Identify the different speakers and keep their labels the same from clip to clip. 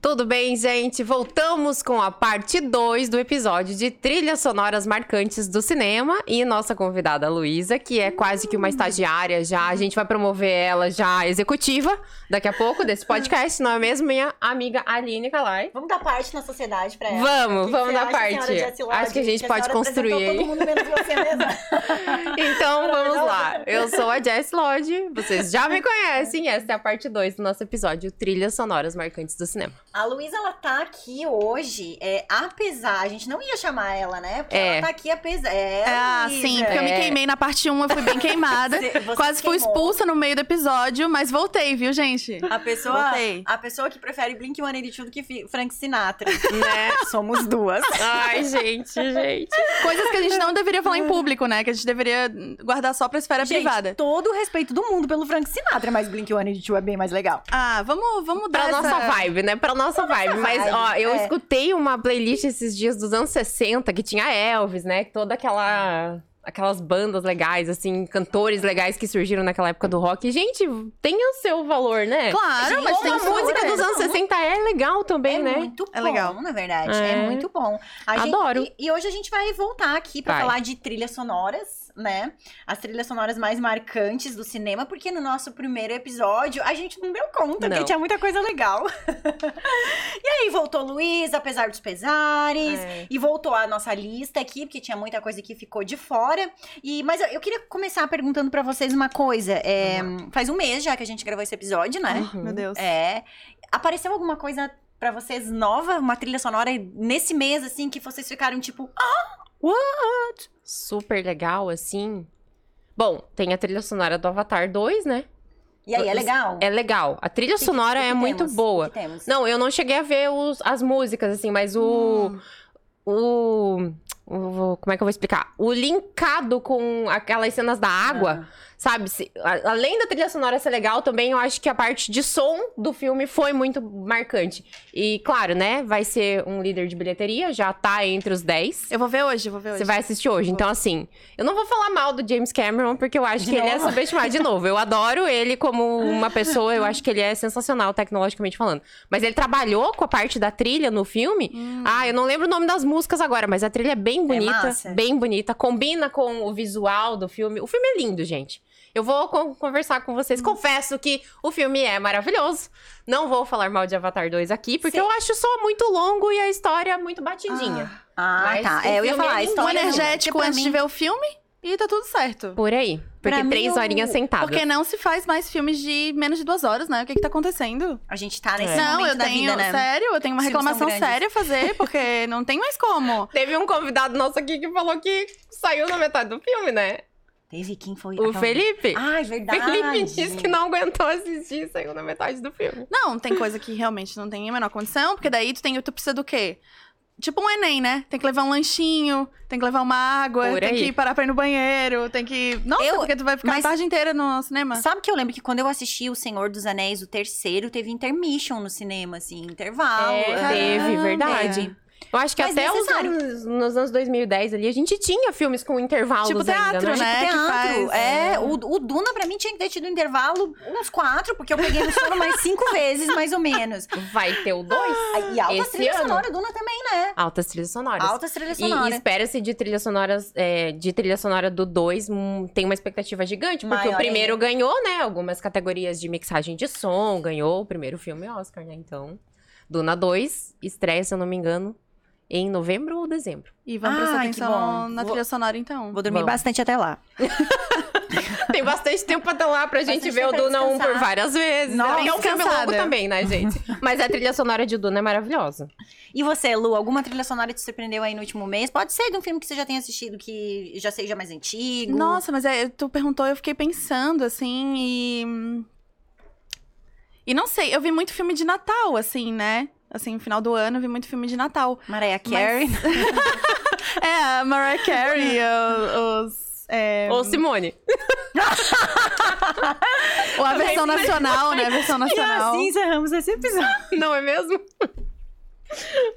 Speaker 1: tudo bem, gente? Voltamos com a parte 2 do episódio de trilhas sonoras marcantes do cinema e nossa convidada Luísa, que é quase
Speaker 2: Hum.
Speaker 1: que uma estagiária já, a gente vai promover ela já executiva daqui a pouco desse podcast, não é mesmo? Minha amiga Aline Calai.
Speaker 2: Vamos dar parte na sociedade pra ela.
Speaker 1: Vamos,
Speaker 2: É, O que
Speaker 1: vamos
Speaker 2: você
Speaker 1: dar
Speaker 2: acha,
Speaker 1: parte.
Speaker 2: senhora Jessie Lodge?
Speaker 1: Acho que a gente pode
Speaker 2: senhora apresentou
Speaker 1: construir aí.
Speaker 2: Todo mundo menos você mesma.
Speaker 1: Então vamos
Speaker 2: não.
Speaker 1: lá. Eu sou a Jess Lodge, vocês já me conhecem, essa é a parte 2 do nosso episódio Trilhas sonoras marcantes do cinema.
Speaker 2: A Luísa, ela tá aqui hoje, é, apesar. A gente não ia chamar ela, né? Porque
Speaker 1: É.
Speaker 2: ela tá aqui apesar. É,
Speaker 3: Ah,
Speaker 2: Luísa.
Speaker 3: sim, porque eu me
Speaker 1: É.
Speaker 3: queimei na parte 1, eu fui bem queimada.
Speaker 2: Você- você
Speaker 3: Quase fui
Speaker 2: queimou.
Speaker 3: expulsa no meio do episódio, mas voltei, viu, gente?
Speaker 2: A pessoa,
Speaker 3: Voltei.
Speaker 2: a pessoa que prefere Blink One de tudo que fi- Frank Sinatra.
Speaker 1: Né?
Speaker 2: Somos duas.
Speaker 1: Ai, gente, gente.
Speaker 3: Coisas que a gente não deveria falar em público, né? Que a gente deveria guardar só pra esfera
Speaker 2: Gente,
Speaker 3: privada.
Speaker 2: todo o respeito do mundo pelo Frank Sinatra, mas Blink One é bem mais legal.
Speaker 3: Ah, vamos, vamos
Speaker 1: Pra
Speaker 3: dar essa...
Speaker 1: nossa vibe, né? Pra nossa vibe. Mas, ó,
Speaker 2: vibe,
Speaker 1: eu
Speaker 2: é.
Speaker 1: escutei uma playlist esses dias dos anos 60, que tinha Elvis, né? Toda aquela. Aquelas bandas legais, assim, cantores legais que surgiram naquela época do rock. E, Gente, tenha seu valor, né?
Speaker 3: Claro,
Speaker 2: Gente,
Speaker 3: mas
Speaker 2: como
Speaker 3: tem
Speaker 1: A
Speaker 2: a
Speaker 3: que-
Speaker 1: música dos anos 60 é legal também,
Speaker 2: é
Speaker 1: né?
Speaker 2: muito bom,
Speaker 3: É legal.
Speaker 2: na verdade. É,
Speaker 1: É.
Speaker 2: muito bom. A gente-
Speaker 1: Adoro.
Speaker 2: e- e, hoje a gente vai voltar aqui pra
Speaker 1: Vai.
Speaker 2: falar de trilhas sonoras, né? As trilhas sonoras mais marcantes do cinema, porque no nosso primeiro episódio a gente não deu conta,
Speaker 1: Não.
Speaker 2: porque tinha muita coisa legal. e aí voltou Luiz, apesar dos pesares.
Speaker 1: É.
Speaker 2: E voltou a nossa lista aqui, porque tinha muita coisa que ficou de fora. E Mas eu, eu queria começar perguntando pra vocês uma coisa. É, faz um mês já que a gente gravou esse episódio, né?
Speaker 3: Meu Deus.
Speaker 2: É. Apareceu alguma coisa pra vocês nova, uma trilha sonora nesse mês, assim, que vocês ficaram tipo. "Ah!"
Speaker 1: Super legal, assim. Bom, tem a trilha sonora do Avatar 2, né?
Speaker 2: E aí, é legal?
Speaker 1: É legal. A trilha
Speaker 2: O que-
Speaker 1: sonora
Speaker 2: o que
Speaker 1: é muito
Speaker 2: temos?
Speaker 1: boa.
Speaker 2: O que temos?
Speaker 1: Não, eu não cheguei a ver os- as músicas, assim, mas o. O, o- Como é que eu vou explicar? O linkado com aquelas cenas da água,
Speaker 2: Ah.
Speaker 1: sabe? Se- a- além da trilha sonora ser legal, também eu acho que a parte de som do filme foi muito marcante. E, claro, né? Vai ser um líder de bilheteria, já tá entre os 10.
Speaker 3: Eu vou ver hoje, eu vou ver hoje.
Speaker 1: Você vai assistir hoje. Então, assim, eu não vou falar mal do James Cameron, porque eu acho
Speaker 2: De
Speaker 1: que ele é
Speaker 2: novo?
Speaker 1: subestimado de novo. Eu adoro ele como uma pessoa, eu acho que ele é sensacional tecnologicamente falando. Mas ele trabalhou com a parte da trilha no filme.
Speaker 2: Hum.
Speaker 1: Ah, eu não lembro o nome das músicas agora, mas a trilha é bem bonita,
Speaker 2: massa.
Speaker 1: bem bonita, combina com o visual do filme. O filme é lindo, gente. Eu vou con- conversar com
Speaker 2: Hum.
Speaker 1: vocês. Confesso que o filme é maravilhoso. Não vou falar mal de Avatar 2 aqui, porque
Speaker 2: Sim.
Speaker 1: eu acho só muito longo e a história muito batidinha.
Speaker 2: Ah,
Speaker 1: Mas
Speaker 2: tá.
Speaker 1: o
Speaker 2: É, eu
Speaker 1: filme
Speaker 2: ia
Speaker 1: é
Speaker 2: falar. a
Speaker 1: lindo,
Speaker 3: Um
Speaker 2: história não,
Speaker 3: energético
Speaker 2: porque pra
Speaker 3: antes de
Speaker 2: mim-
Speaker 3: ver o filme e tá tudo certo.
Speaker 1: Por aí. Porque
Speaker 2: Pra mim,
Speaker 1: três
Speaker 2: o-
Speaker 1: horinhas
Speaker 2: Tá,
Speaker 1: sentadas.
Speaker 3: Porque não se faz mais filmes de menos de duas horas, né? O que que tá acontecendo?
Speaker 2: A gente tá
Speaker 1: É.
Speaker 2: nesse
Speaker 3: Não,
Speaker 2: momento
Speaker 3: eu
Speaker 2: da
Speaker 3: tenho,
Speaker 2: vida, né?
Speaker 3: sério, eu tenho uma
Speaker 2: Os filmes são
Speaker 3: reclamação
Speaker 2: grandes.
Speaker 3: séria a fazer, porque não tem mais como.
Speaker 1: Teve um convidado nosso aqui que falou que saiu na metade do filme, né?
Speaker 2: Teve quem foi?
Speaker 1: O
Speaker 2: Ah,
Speaker 1: Felipe.
Speaker 2: Ai, verdade.
Speaker 1: Felipe disse que não aguentou assistir e saiu na metade do filme.
Speaker 3: Não, tem coisa que realmente não tem a menor condição, porque daí tu, tem, tu precisa do quê? Tipo um Enem, né? Tem que levar um lanchinho, tem que levar uma água,
Speaker 1: Por
Speaker 3: tem
Speaker 1: aí.
Speaker 3: que parar pra ir no banheiro, tem que. Nossa,
Speaker 2: Eu-
Speaker 3: porque tu vai ficar
Speaker 2: mas-
Speaker 3: a tarde inteira no cinema.
Speaker 2: Sabe que eu lembro que quando eu assisti O Senhor dos Anéis, o terceiro, teve intermission no cinema, assim, intervalo. Ah.
Speaker 1: É,
Speaker 2: Aham.
Speaker 1: teve, verdade. Eu acho que
Speaker 2: Mas
Speaker 1: até os
Speaker 2: necessário.
Speaker 1: anos, nos anos 2010 ali, a gente tinha filmes com intervalos
Speaker 3: Tipo teatro,
Speaker 1: ainda, né?
Speaker 3: né?
Speaker 2: Tipo
Speaker 3: que
Speaker 2: teatro.
Speaker 3: faz,
Speaker 2: é, o, o Duna pra mim tinha que ter tido um intervalo uns quatro, porque eu peguei no sono mais cinco vezes, mais ou menos.
Speaker 1: Vai ter o dois.
Speaker 2: E alta
Speaker 1: Esse
Speaker 2: trilha
Speaker 1: ano?
Speaker 2: sonora, Duna também, né?
Speaker 1: Altas trilhas sonoras.
Speaker 2: Alta trilha
Speaker 1: E- E,
Speaker 2: sonora.
Speaker 1: espera-se de trilha sonoras, é, de trilha sonora do 2, tem uma expectativa gigante, porque
Speaker 2: Maior
Speaker 1: o primeiro ganhou, né, algumas categorias de mixagem de som, ganhou o primeiro filme Oscar, né? Então, Duna 2 estreia, se eu não me engano, em novembro ou dezembro.
Speaker 3: E vamos prestar
Speaker 2: Ai, que bom.
Speaker 3: atenção na
Speaker 2: Vou-
Speaker 3: trilha sonora, então.
Speaker 2: Vou dormir
Speaker 1: Vamos.
Speaker 2: bastante até lá.
Speaker 1: Tem bastante tempo até lá pra gente
Speaker 2: Bastante
Speaker 1: ver o
Speaker 2: tempo pra
Speaker 1: Duna 1 por
Speaker 2: descansar.
Speaker 1: várias vezes.
Speaker 3: Nossa,
Speaker 1: é um filme
Speaker 3: descansada.
Speaker 1: longo também, né, gente? Mas a trilha sonora de Duna é maravilhosa.
Speaker 2: E você, Lu, alguma trilha sonora te surpreendeu aí no último mês? Pode ser de um filme que você já tenha assistido que já seja mais antigo.
Speaker 3: Nossa, mas é, tu perguntou, eu fiquei pensando, assim, e. E não sei, eu vi muito filme de Natal, assim, né? Assim, no final do ano, eu vi muito filme de Natal.
Speaker 2: Mariah
Speaker 3: Mas-
Speaker 2: Carey.
Speaker 3: É, a Mariah Carey, o- os. é,
Speaker 1: Ou Simone.
Speaker 3: ou a versão nacional, né? A versão nacional.
Speaker 2: encerramos esse episódio.
Speaker 1: Não é mesmo?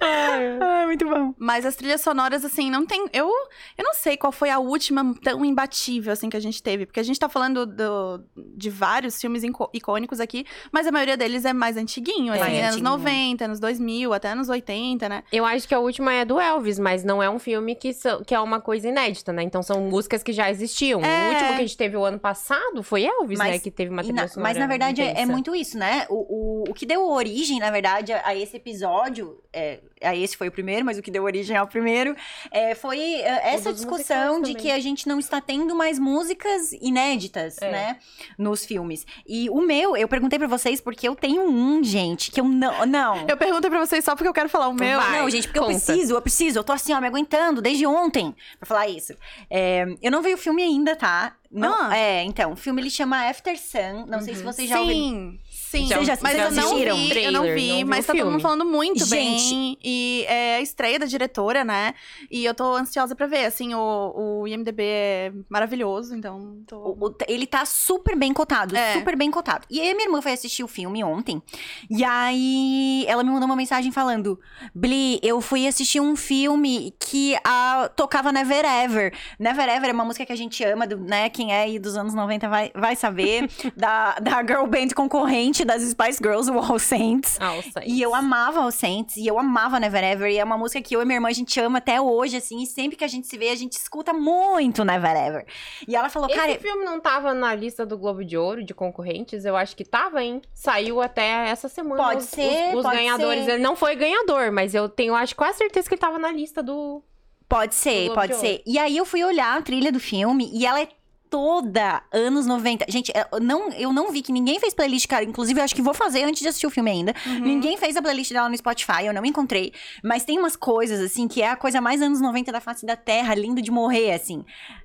Speaker 3: Ah, muito bom. Mas as trilhas sonoras, assim, não tem. Eu, eu não sei qual foi a última tão imbatível, assim, que a gente teve. Porque a gente tá falando do- de vários filmes inco- icônicos aqui, mas a maioria deles é mais antiguinho,
Speaker 2: Mais
Speaker 3: assim, anos
Speaker 2: antiguinho.
Speaker 3: 90, anos 2000, até anos 80, né?
Speaker 1: Eu acho que a última é do Elvis, mas não é um filme que, são- que é uma coisa inédita, né? Então são músicas que já existiam.
Speaker 3: É.
Speaker 1: O último que a gente teve o ano passado foi Elvis,
Speaker 2: Mas-
Speaker 1: né? Que teve uma
Speaker 2: E
Speaker 1: trilha
Speaker 2: na-
Speaker 1: sonora
Speaker 2: mas na verdade é- é,
Speaker 1: intensa.
Speaker 2: muito isso, né? O, o, o que deu origem, na verdade, a, a esse episódio, é, a esse foi o primeiro, mas o que deu origem ao primeiro, é, foi é,
Speaker 1: O
Speaker 2: essa
Speaker 1: dos musicais
Speaker 2: discussão de
Speaker 1: também.
Speaker 2: que a gente não está tendo mais músicas inéditas,
Speaker 1: É.
Speaker 2: né? Nos filmes. E o meu, eu perguntei pra vocês porque eu tenho um, gente, que eu não. Não,
Speaker 3: Eu pergunto pra vocês só porque eu quero falar o meu.
Speaker 1: Vai,
Speaker 2: não gente, porque eu
Speaker 1: conta.
Speaker 2: preciso, eu preciso, eu tô assim, ó, me aguentando desde ontem pra falar isso. É, eu não vi o filme ainda, tá? Não,
Speaker 3: Ah.
Speaker 2: é, então, o filme ele chama After Sun, não sei se
Speaker 1: Uhum.
Speaker 2: vocês já ouviram
Speaker 3: Sim, sim.
Speaker 2: Vocês já-
Speaker 3: mas
Speaker 2: já
Speaker 3: eu não
Speaker 2: assistiram?
Speaker 3: vi, eu
Speaker 1: Trailer,
Speaker 3: não
Speaker 1: não
Speaker 3: vi,
Speaker 1: viu
Speaker 3: mas
Speaker 1: o
Speaker 3: tá todo mundo
Speaker 1: filme.
Speaker 3: falando muito bem.
Speaker 2: Gente.
Speaker 3: E é a estreia da diretora, né? E eu tô ansiosa pra ver, assim, o, o IMDB é maravilhoso, então tô...
Speaker 2: O- o- ele tá super bem cotado,
Speaker 3: É.
Speaker 2: super bem cotado. E aí, minha irmã foi assistir o filme ontem. E aí, ela me mandou uma mensagem falando: Bli, eu fui assistir um filme que ah, tocava Never Ever. Never Ever é uma música que a gente ama, do- né? Quem é aí dos anos 90 vai, vai saber. da, da girl band concorrente das Spice Girls, o All Saints.
Speaker 1: Ah, o Sainz.
Speaker 2: E eu amava All Saints, e eu amava Never Ever, e é uma música que eu e minha irmã a gente ama até hoje, assim, e sempre que a gente se vê, a gente escuta muito Never Ever. E ela falou,
Speaker 1: Esse
Speaker 2: cara,
Speaker 1: filme não tava na lista do Globo de Ouro de concorrentes, eu acho que tava, hein? Saiu até essa semana.
Speaker 2: Pode
Speaker 1: os,
Speaker 2: ser,
Speaker 1: os, os
Speaker 2: pode
Speaker 1: ganhadores.
Speaker 2: ser.
Speaker 1: Ele não foi ganhador, mas eu tenho, acho quase certeza que ele tava na lista do.
Speaker 2: Pode
Speaker 1: Do
Speaker 2: ser,
Speaker 1: Globo
Speaker 2: pode
Speaker 1: de
Speaker 2: ser. E aí eu fui olhar a trilha do filme e ela é toda anos 90. Gente, é, eu não, eu não vi que ninguém fez playlist, cara. Inclusive, eu acho que vou fazer antes de assistir o filme ainda. Ninguém fez a playlist dela no Spotify, eu não encontrei. Mas tem umas coisas, assim, que é a coisa mais anos 90 da face da Terra, lindo de morrer, assim.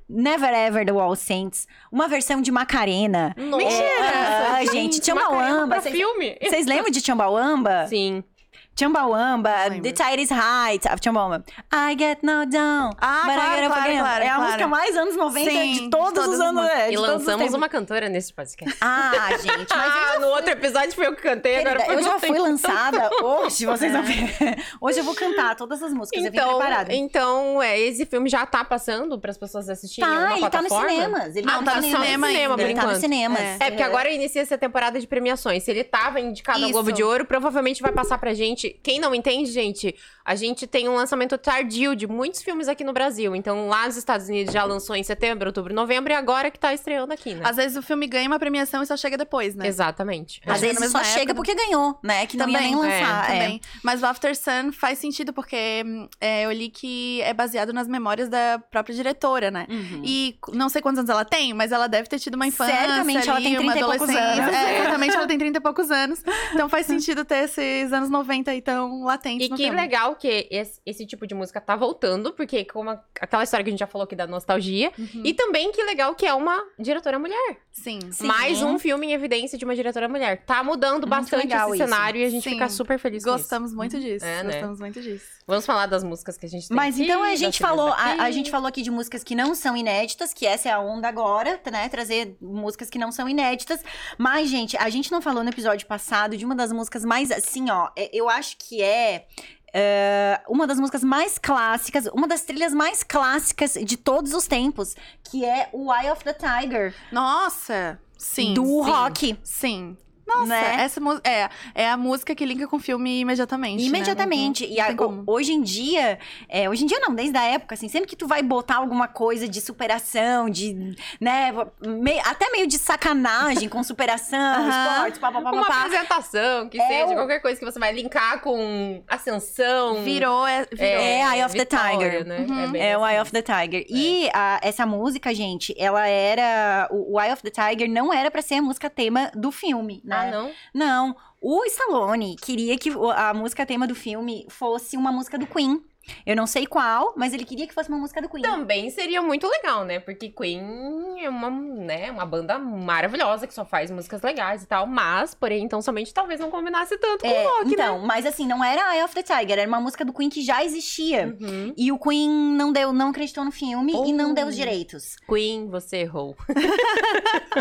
Speaker 2: Never Ever, The Wall Saints. Uma versão de Macarena.
Speaker 1: Nossa,
Speaker 2: ah, gente, tinha uma
Speaker 1: Macarena
Speaker 2: lamba,
Speaker 1: pra
Speaker 2: vocês- É.
Speaker 1: filme.
Speaker 2: Vocês lembram de Chumbawamba?
Speaker 1: Sim.
Speaker 2: Chumbawamba,
Speaker 3: Não lembro.
Speaker 2: The Tide is High, of Chumbawamba. I get no down.
Speaker 3: Ah,
Speaker 2: but I
Speaker 3: claro,
Speaker 2: get up
Speaker 3: claro,
Speaker 2: again.
Speaker 3: claro,
Speaker 2: É a
Speaker 3: claro.
Speaker 2: música mais anos 90
Speaker 3: Sim,
Speaker 2: de todos,
Speaker 3: de todas
Speaker 2: os
Speaker 3: as
Speaker 2: anos. é, de
Speaker 1: E
Speaker 2: todos os
Speaker 1: lançamos
Speaker 2: tempos.
Speaker 1: uma cantora nesse podcast.
Speaker 2: Ah, gente, mas
Speaker 1: ah, no outro episódio foi eu que cantei,
Speaker 2: querida,
Speaker 1: agora foi
Speaker 2: eu já
Speaker 1: você
Speaker 2: fui
Speaker 1: que
Speaker 2: lançada hoje, vocês não Hoje eu vou cantar todas as músicas, eu vim
Speaker 1: Então,
Speaker 2: preparada.
Speaker 1: então é, esse filme já tá passando pras pessoas assistirem em
Speaker 2: Tá,
Speaker 1: alguma
Speaker 2: ele tá nos
Speaker 1: é plataforma?
Speaker 2: cinemas. Ele
Speaker 3: Não, tá no
Speaker 2: cinemas.
Speaker 3: cinema ainda.
Speaker 2: Ele tá
Speaker 1: Por
Speaker 2: nos
Speaker 1: enquanto.
Speaker 2: cinemas.
Speaker 3: É.
Speaker 1: É, porque agora inicia essa temporada de premiações. Se ele tava indicado ao
Speaker 3: Isso.
Speaker 1: Globo de Ouro, provavelmente vai passar pra gente. Quem não entende, gente, a gente tem um lançamento tardio de muitos filmes aqui no Brasil. Então, lá nos Estados Unidos já lançou em setembro, outubro, novembro, e agora que tá estreando aqui, né?
Speaker 3: Às vezes o filme ganha uma premiação e só chega depois, né?
Speaker 1: Exatamente.
Speaker 2: Às
Speaker 3: Chega na
Speaker 2: vezes só
Speaker 3: mesma
Speaker 2: chega
Speaker 3: época.
Speaker 2: porque ganhou, né? Que não ia nem
Speaker 3: Também,
Speaker 1: é,
Speaker 2: lançar. é.
Speaker 3: Ah, Também. Mas o After Sun faz sentido, porque hum, é, eu li que é baseado nas memórias da própria diretora, né?
Speaker 2: Uhum.
Speaker 3: E não sei quantos anos ela tem, mas ela deve ter tido uma infância.
Speaker 2: Certamente ela
Speaker 3: ali,
Speaker 2: tem
Speaker 3: uma
Speaker 2: 30 e poucos
Speaker 3: adolescência.
Speaker 2: anos.
Speaker 3: É, certamente ela tem 30 e poucos anos. Então faz sentido ter esses anos 90 aí tão latentes.
Speaker 1: E
Speaker 3: no
Speaker 1: que
Speaker 3: filme.
Speaker 1: legal que esse, esse tipo de música tá voltando, porque como a- aquela história que a gente já falou aqui da nostalgia.
Speaker 3: Uhum.
Speaker 1: E também que legal que é uma diretora mulher.
Speaker 3: Sim.
Speaker 2: Sim.
Speaker 1: Mais um filme em evidência de uma diretora mulher. Tá mudando
Speaker 2: Muito
Speaker 1: bastante
Speaker 2: legal
Speaker 1: esse
Speaker 2: isso.
Speaker 1: cenário e a gente
Speaker 3: Sim.
Speaker 1: fica super feliz com isso.
Speaker 3: Gostamos
Speaker 2: Uhum.
Speaker 3: muito disso.
Speaker 1: É, né?
Speaker 3: Gostamos muito disso.
Speaker 1: Vamos falar das músicas que a gente tem
Speaker 2: Mas
Speaker 1: aqui,
Speaker 2: então a
Speaker 1: das
Speaker 2: gente
Speaker 1: trilhas
Speaker 2: falou, a, a
Speaker 1: daqui.
Speaker 2: gente falou aqui de músicas que não são inéditas, que essa é a onda agora, né? Trazer músicas que não são inéditas. Mas gente, a gente não falou no episódio passado de uma das músicas mais assim, ó, é- eu acho que é é, uma das músicas mais clássicas, uma das trilhas mais clássicas de todos os tempos, que é o Eye of the Tiger
Speaker 3: Nossa! Sim.
Speaker 2: do
Speaker 3: sim,
Speaker 2: rock.
Speaker 3: Sim. Nossa,
Speaker 2: Né?
Speaker 3: essa mu- é, é a música que linka com o filme imediatamente. né?
Speaker 2: Imediatamente. E a-
Speaker 3: tem como.
Speaker 2: hoje em dia, é, hoje em dia não, desde a época, assim, sempre que tu vai botar alguma coisa de superação, de, né, meio- até meio de sacanagem com superação,
Speaker 3: Aham.
Speaker 2: esportes, pá, pá, pá, pá,
Speaker 1: Uma
Speaker 2: pá.
Speaker 1: apresentação, que
Speaker 2: É
Speaker 1: seja,
Speaker 2: o-
Speaker 1: qualquer coisa que você vai linkar com ascensão.
Speaker 3: Virou. É, virou.
Speaker 2: É, Eye of the
Speaker 1: vitória,
Speaker 2: Tiger.
Speaker 1: Né?
Speaker 3: Uhum.
Speaker 1: bem
Speaker 2: É o
Speaker 1: assim.
Speaker 2: Eye of the Tiger. E a- essa música, gente, ela era. O, o Eye of the Tiger não era pra ser a música tema do filme, né?
Speaker 1: Ah, não?
Speaker 2: Não, o Stallone queria que o- a música tema do filme fosse uma música do Queen. Eu não sei qual, mas ele queria que fosse uma música do Queen.
Speaker 1: Também seria muito legal, né? Porque Queen é uma, né, uma banda maravilhosa que só faz músicas legais e tal. Mas, porém, então somente talvez não combinasse tanto
Speaker 2: É,
Speaker 1: com o rock,
Speaker 2: então, mas assim, não era Eye of the Tiger, era uma música do Queen que já
Speaker 1: né?
Speaker 2: existia.
Speaker 1: Uhum.
Speaker 2: E o Queen não deu, não acreditou no filme e não
Speaker 1: Oh.
Speaker 2: deu os direitos.
Speaker 1: Queen, você errou.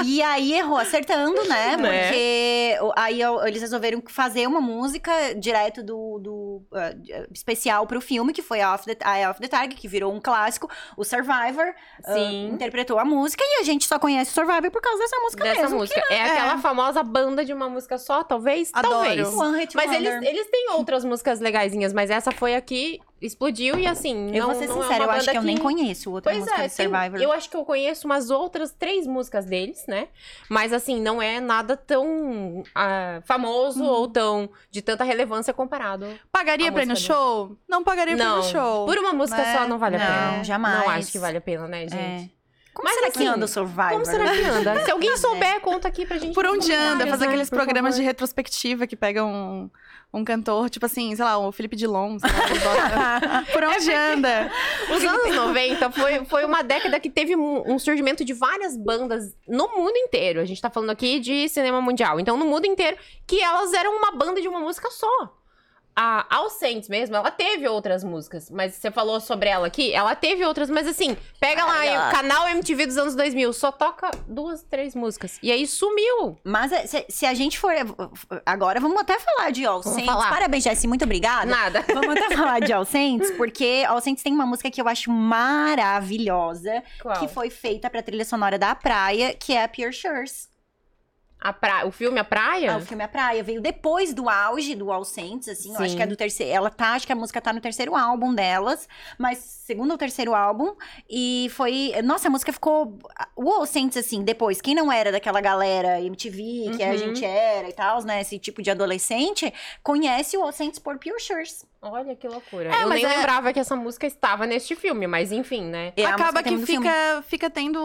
Speaker 2: E aí errou, acertando, né?
Speaker 1: Né.
Speaker 2: Porque o- aí eu- eles resolveram fazer uma música direto do, do ah, de- ah, especial pro filme, que foi a Off the, a Off the Tiger, que virou um clássico. O Survivor ah,
Speaker 1: Sim.
Speaker 2: interpretou a música e a gente só conhece o Survivor por causa dessa música
Speaker 1: Dessa
Speaker 2: mesmo.
Speaker 1: música. É, aquela famosa banda de uma música só, talvez?
Speaker 3: Adoro.
Speaker 1: Talvez.
Speaker 2: Que... One Hit
Speaker 1: Mas
Speaker 2: Wonder.
Speaker 1: eles, eles têm outras músicas legaisinhas, mas essa foi aqui, explodiu e assim.
Speaker 2: Eu
Speaker 1: não,
Speaker 2: vou ser
Speaker 1: não é uma
Speaker 2: sincera, eu acho
Speaker 1: banda
Speaker 2: que eu nem conheço outra
Speaker 1: Pois
Speaker 2: música
Speaker 1: é,
Speaker 2: do
Speaker 1: tem-
Speaker 2: Survivor.
Speaker 1: eu acho que eu conheço umas outras três músicas deles, né? Mas assim, não é nada tão ah, famoso
Speaker 2: Uhum.
Speaker 1: ou tão de tanta relevância comparado.
Speaker 3: Pagaria
Speaker 1: A
Speaker 3: pra ir no
Speaker 1: música do-
Speaker 3: show? Não pagaria pra ir
Speaker 1: não,
Speaker 3: no show.
Speaker 1: por uma música
Speaker 3: Né?
Speaker 1: só não vale a
Speaker 2: Não,
Speaker 1: pena.
Speaker 2: jamais. É.
Speaker 1: Não acho que vale a pena, né, gente?
Speaker 2: Como
Speaker 1: Mas
Speaker 2: será que
Speaker 1: assim,
Speaker 2: anda o Survivor? né?
Speaker 1: Como será que anda? Se alguém souber, conta aqui pra gente.
Speaker 3: é. Por
Speaker 1: nos
Speaker 3: onde anda?
Speaker 1: comentários,
Speaker 3: Fazer
Speaker 1: né,
Speaker 3: aqueles
Speaker 1: por
Speaker 3: programas de
Speaker 1: favor.
Speaker 3: retrospectiva que pegam um, um cantor, tipo assim, sei lá, o Felipe Dilon. sei lá, eles botam- por
Speaker 1: É
Speaker 3: onde anda?
Speaker 1: Os anos 90 foi, foi uma década que teve um, um surgimento de várias bandas no mundo inteiro. A gente tá falando aqui de cinema mundial. Então, no mundo inteiro, que elas eram uma banda de uma música só. A All Saints mesmo, ela teve outras músicas. Mas você falou sobre ela aqui, ela teve outras. Mas assim, pega lá o
Speaker 2: Maravilhosa.
Speaker 1: canal MTV dos anos 2000, só toca duas, três músicas. E aí sumiu.
Speaker 2: Mas eh, se, se a gente for. eh, Agora vamos até falar de All
Speaker 1: Vamos
Speaker 2: Saints.
Speaker 1: falar.
Speaker 2: Parabéns, Jesse, muito
Speaker 3: Ah,
Speaker 2: obrigada.
Speaker 1: Nada.
Speaker 2: Vamos até falar de All Saints, porque All Saints tem uma música que eu acho maravilhosa,
Speaker 1: Qual?
Speaker 2: que foi feita pra trilha sonora da praia, que é a Pure Shores.
Speaker 1: A pra... O filme A
Speaker 2: Ah,
Speaker 1: Praia?
Speaker 2: o filme A Praia veio depois do auge do All Saints, assim, eu acho
Speaker 1: Sim.
Speaker 2: que é do terceiro, ela tá, acho que a música tá no terceiro álbum delas, mas segundo ou terceiro álbum, e foi, nossa, a música ficou, o All Saints, assim, depois, quem não era daquela galera MTV, que a
Speaker 1: Uhum.
Speaker 2: gente era e tal, né, esse tipo de adolescente, conhece o All Saints por Pure Shores.
Speaker 1: Olha que loucura.
Speaker 3: É,
Speaker 1: Eu
Speaker 3: mas
Speaker 1: nem
Speaker 3: é-
Speaker 1: lembrava que essa música estava neste filme, mas enfim, né?
Speaker 2: É, a música
Speaker 3: Acaba
Speaker 2: tem
Speaker 3: que
Speaker 2: muito filme.
Speaker 3: fica, fica tendo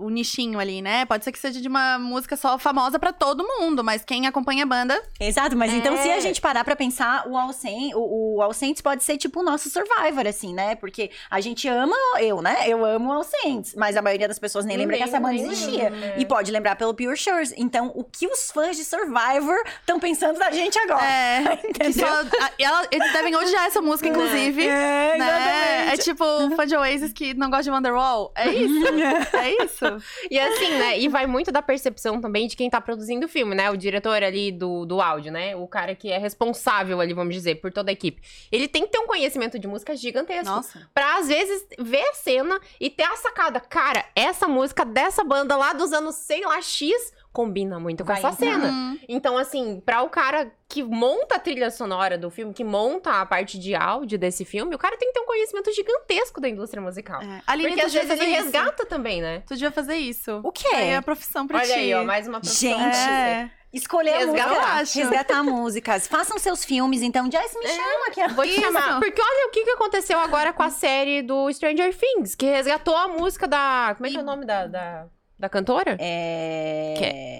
Speaker 3: o nichinho ali, né? Pode ser que seja de uma música só famosa pra todo mundo, mas quem acompanha a banda.
Speaker 2: Exato, mas então
Speaker 1: É.
Speaker 2: se a gente parar pra pensar, o All, Saints, o, o All Saints pode ser tipo o nosso Survivor, assim, né? Porque a gente ama, eu, né? Eu amo o All Saints, mas a maioria das pessoas nem lembra que essa banda
Speaker 1: nem
Speaker 2: existia.
Speaker 1: lembro, né?
Speaker 2: E pode lembrar pelo Pure Shores. Então, o que os fãs de Survivor estão pensando da gente agora?
Speaker 3: É, que só, a- ela- eles devem odiar essa música, inclusive.
Speaker 2: É,
Speaker 3: né? É tipo o fã de Oasis que não gosta de Wonderwall. É isso. é isso.
Speaker 1: E assim, né? E vai muito da percepção também de quem tá produzindo o filme, né? O diretor ali do, do áudio, né? O cara que é responsável ali, vamos dizer, por toda a equipe. Ele tem que ter um conhecimento de música gigantesco.
Speaker 3: Nossa.
Speaker 1: Pra, às vezes, ver a cena e ter a sacada. Cara, essa música dessa banda lá dos anos, sei lá, X, combina muito com
Speaker 2: Vai
Speaker 3: Hum.
Speaker 1: essa
Speaker 2: entrar.
Speaker 1: cena. Então, assim, pra o cara que monta a trilha sonora do filme, que monta a parte de áudio desse filme, o cara tem que ter um conhimento gigantesco da indústria musical.
Speaker 3: É. A Aline,
Speaker 1: Porque
Speaker 3: tu
Speaker 1: às
Speaker 3: devia
Speaker 1: vezes
Speaker 3: fazer
Speaker 1: ele
Speaker 3: isso.
Speaker 1: resgata também, né?
Speaker 3: Tu devia fazer isso.
Speaker 2: O quê?
Speaker 3: É a profissão pra ti.
Speaker 1: Olha aí, ó, mais uma profissão.
Speaker 2: Gente,
Speaker 1: É.
Speaker 3: É.
Speaker 2: Escolher
Speaker 1: Resgatar.
Speaker 2: a
Speaker 3: Eu
Speaker 2: música.
Speaker 3: acho.
Speaker 2: Resgatar músicas. Façam seus filmes, então. Jess, me chama que é
Speaker 1: Vou te
Speaker 3: Isso.
Speaker 1: chamar. Porque olha o que, que aconteceu agora com a série do Stranger Things, que resgatou a música da. Como é que é o nome da, da, da cantora?
Speaker 2: É...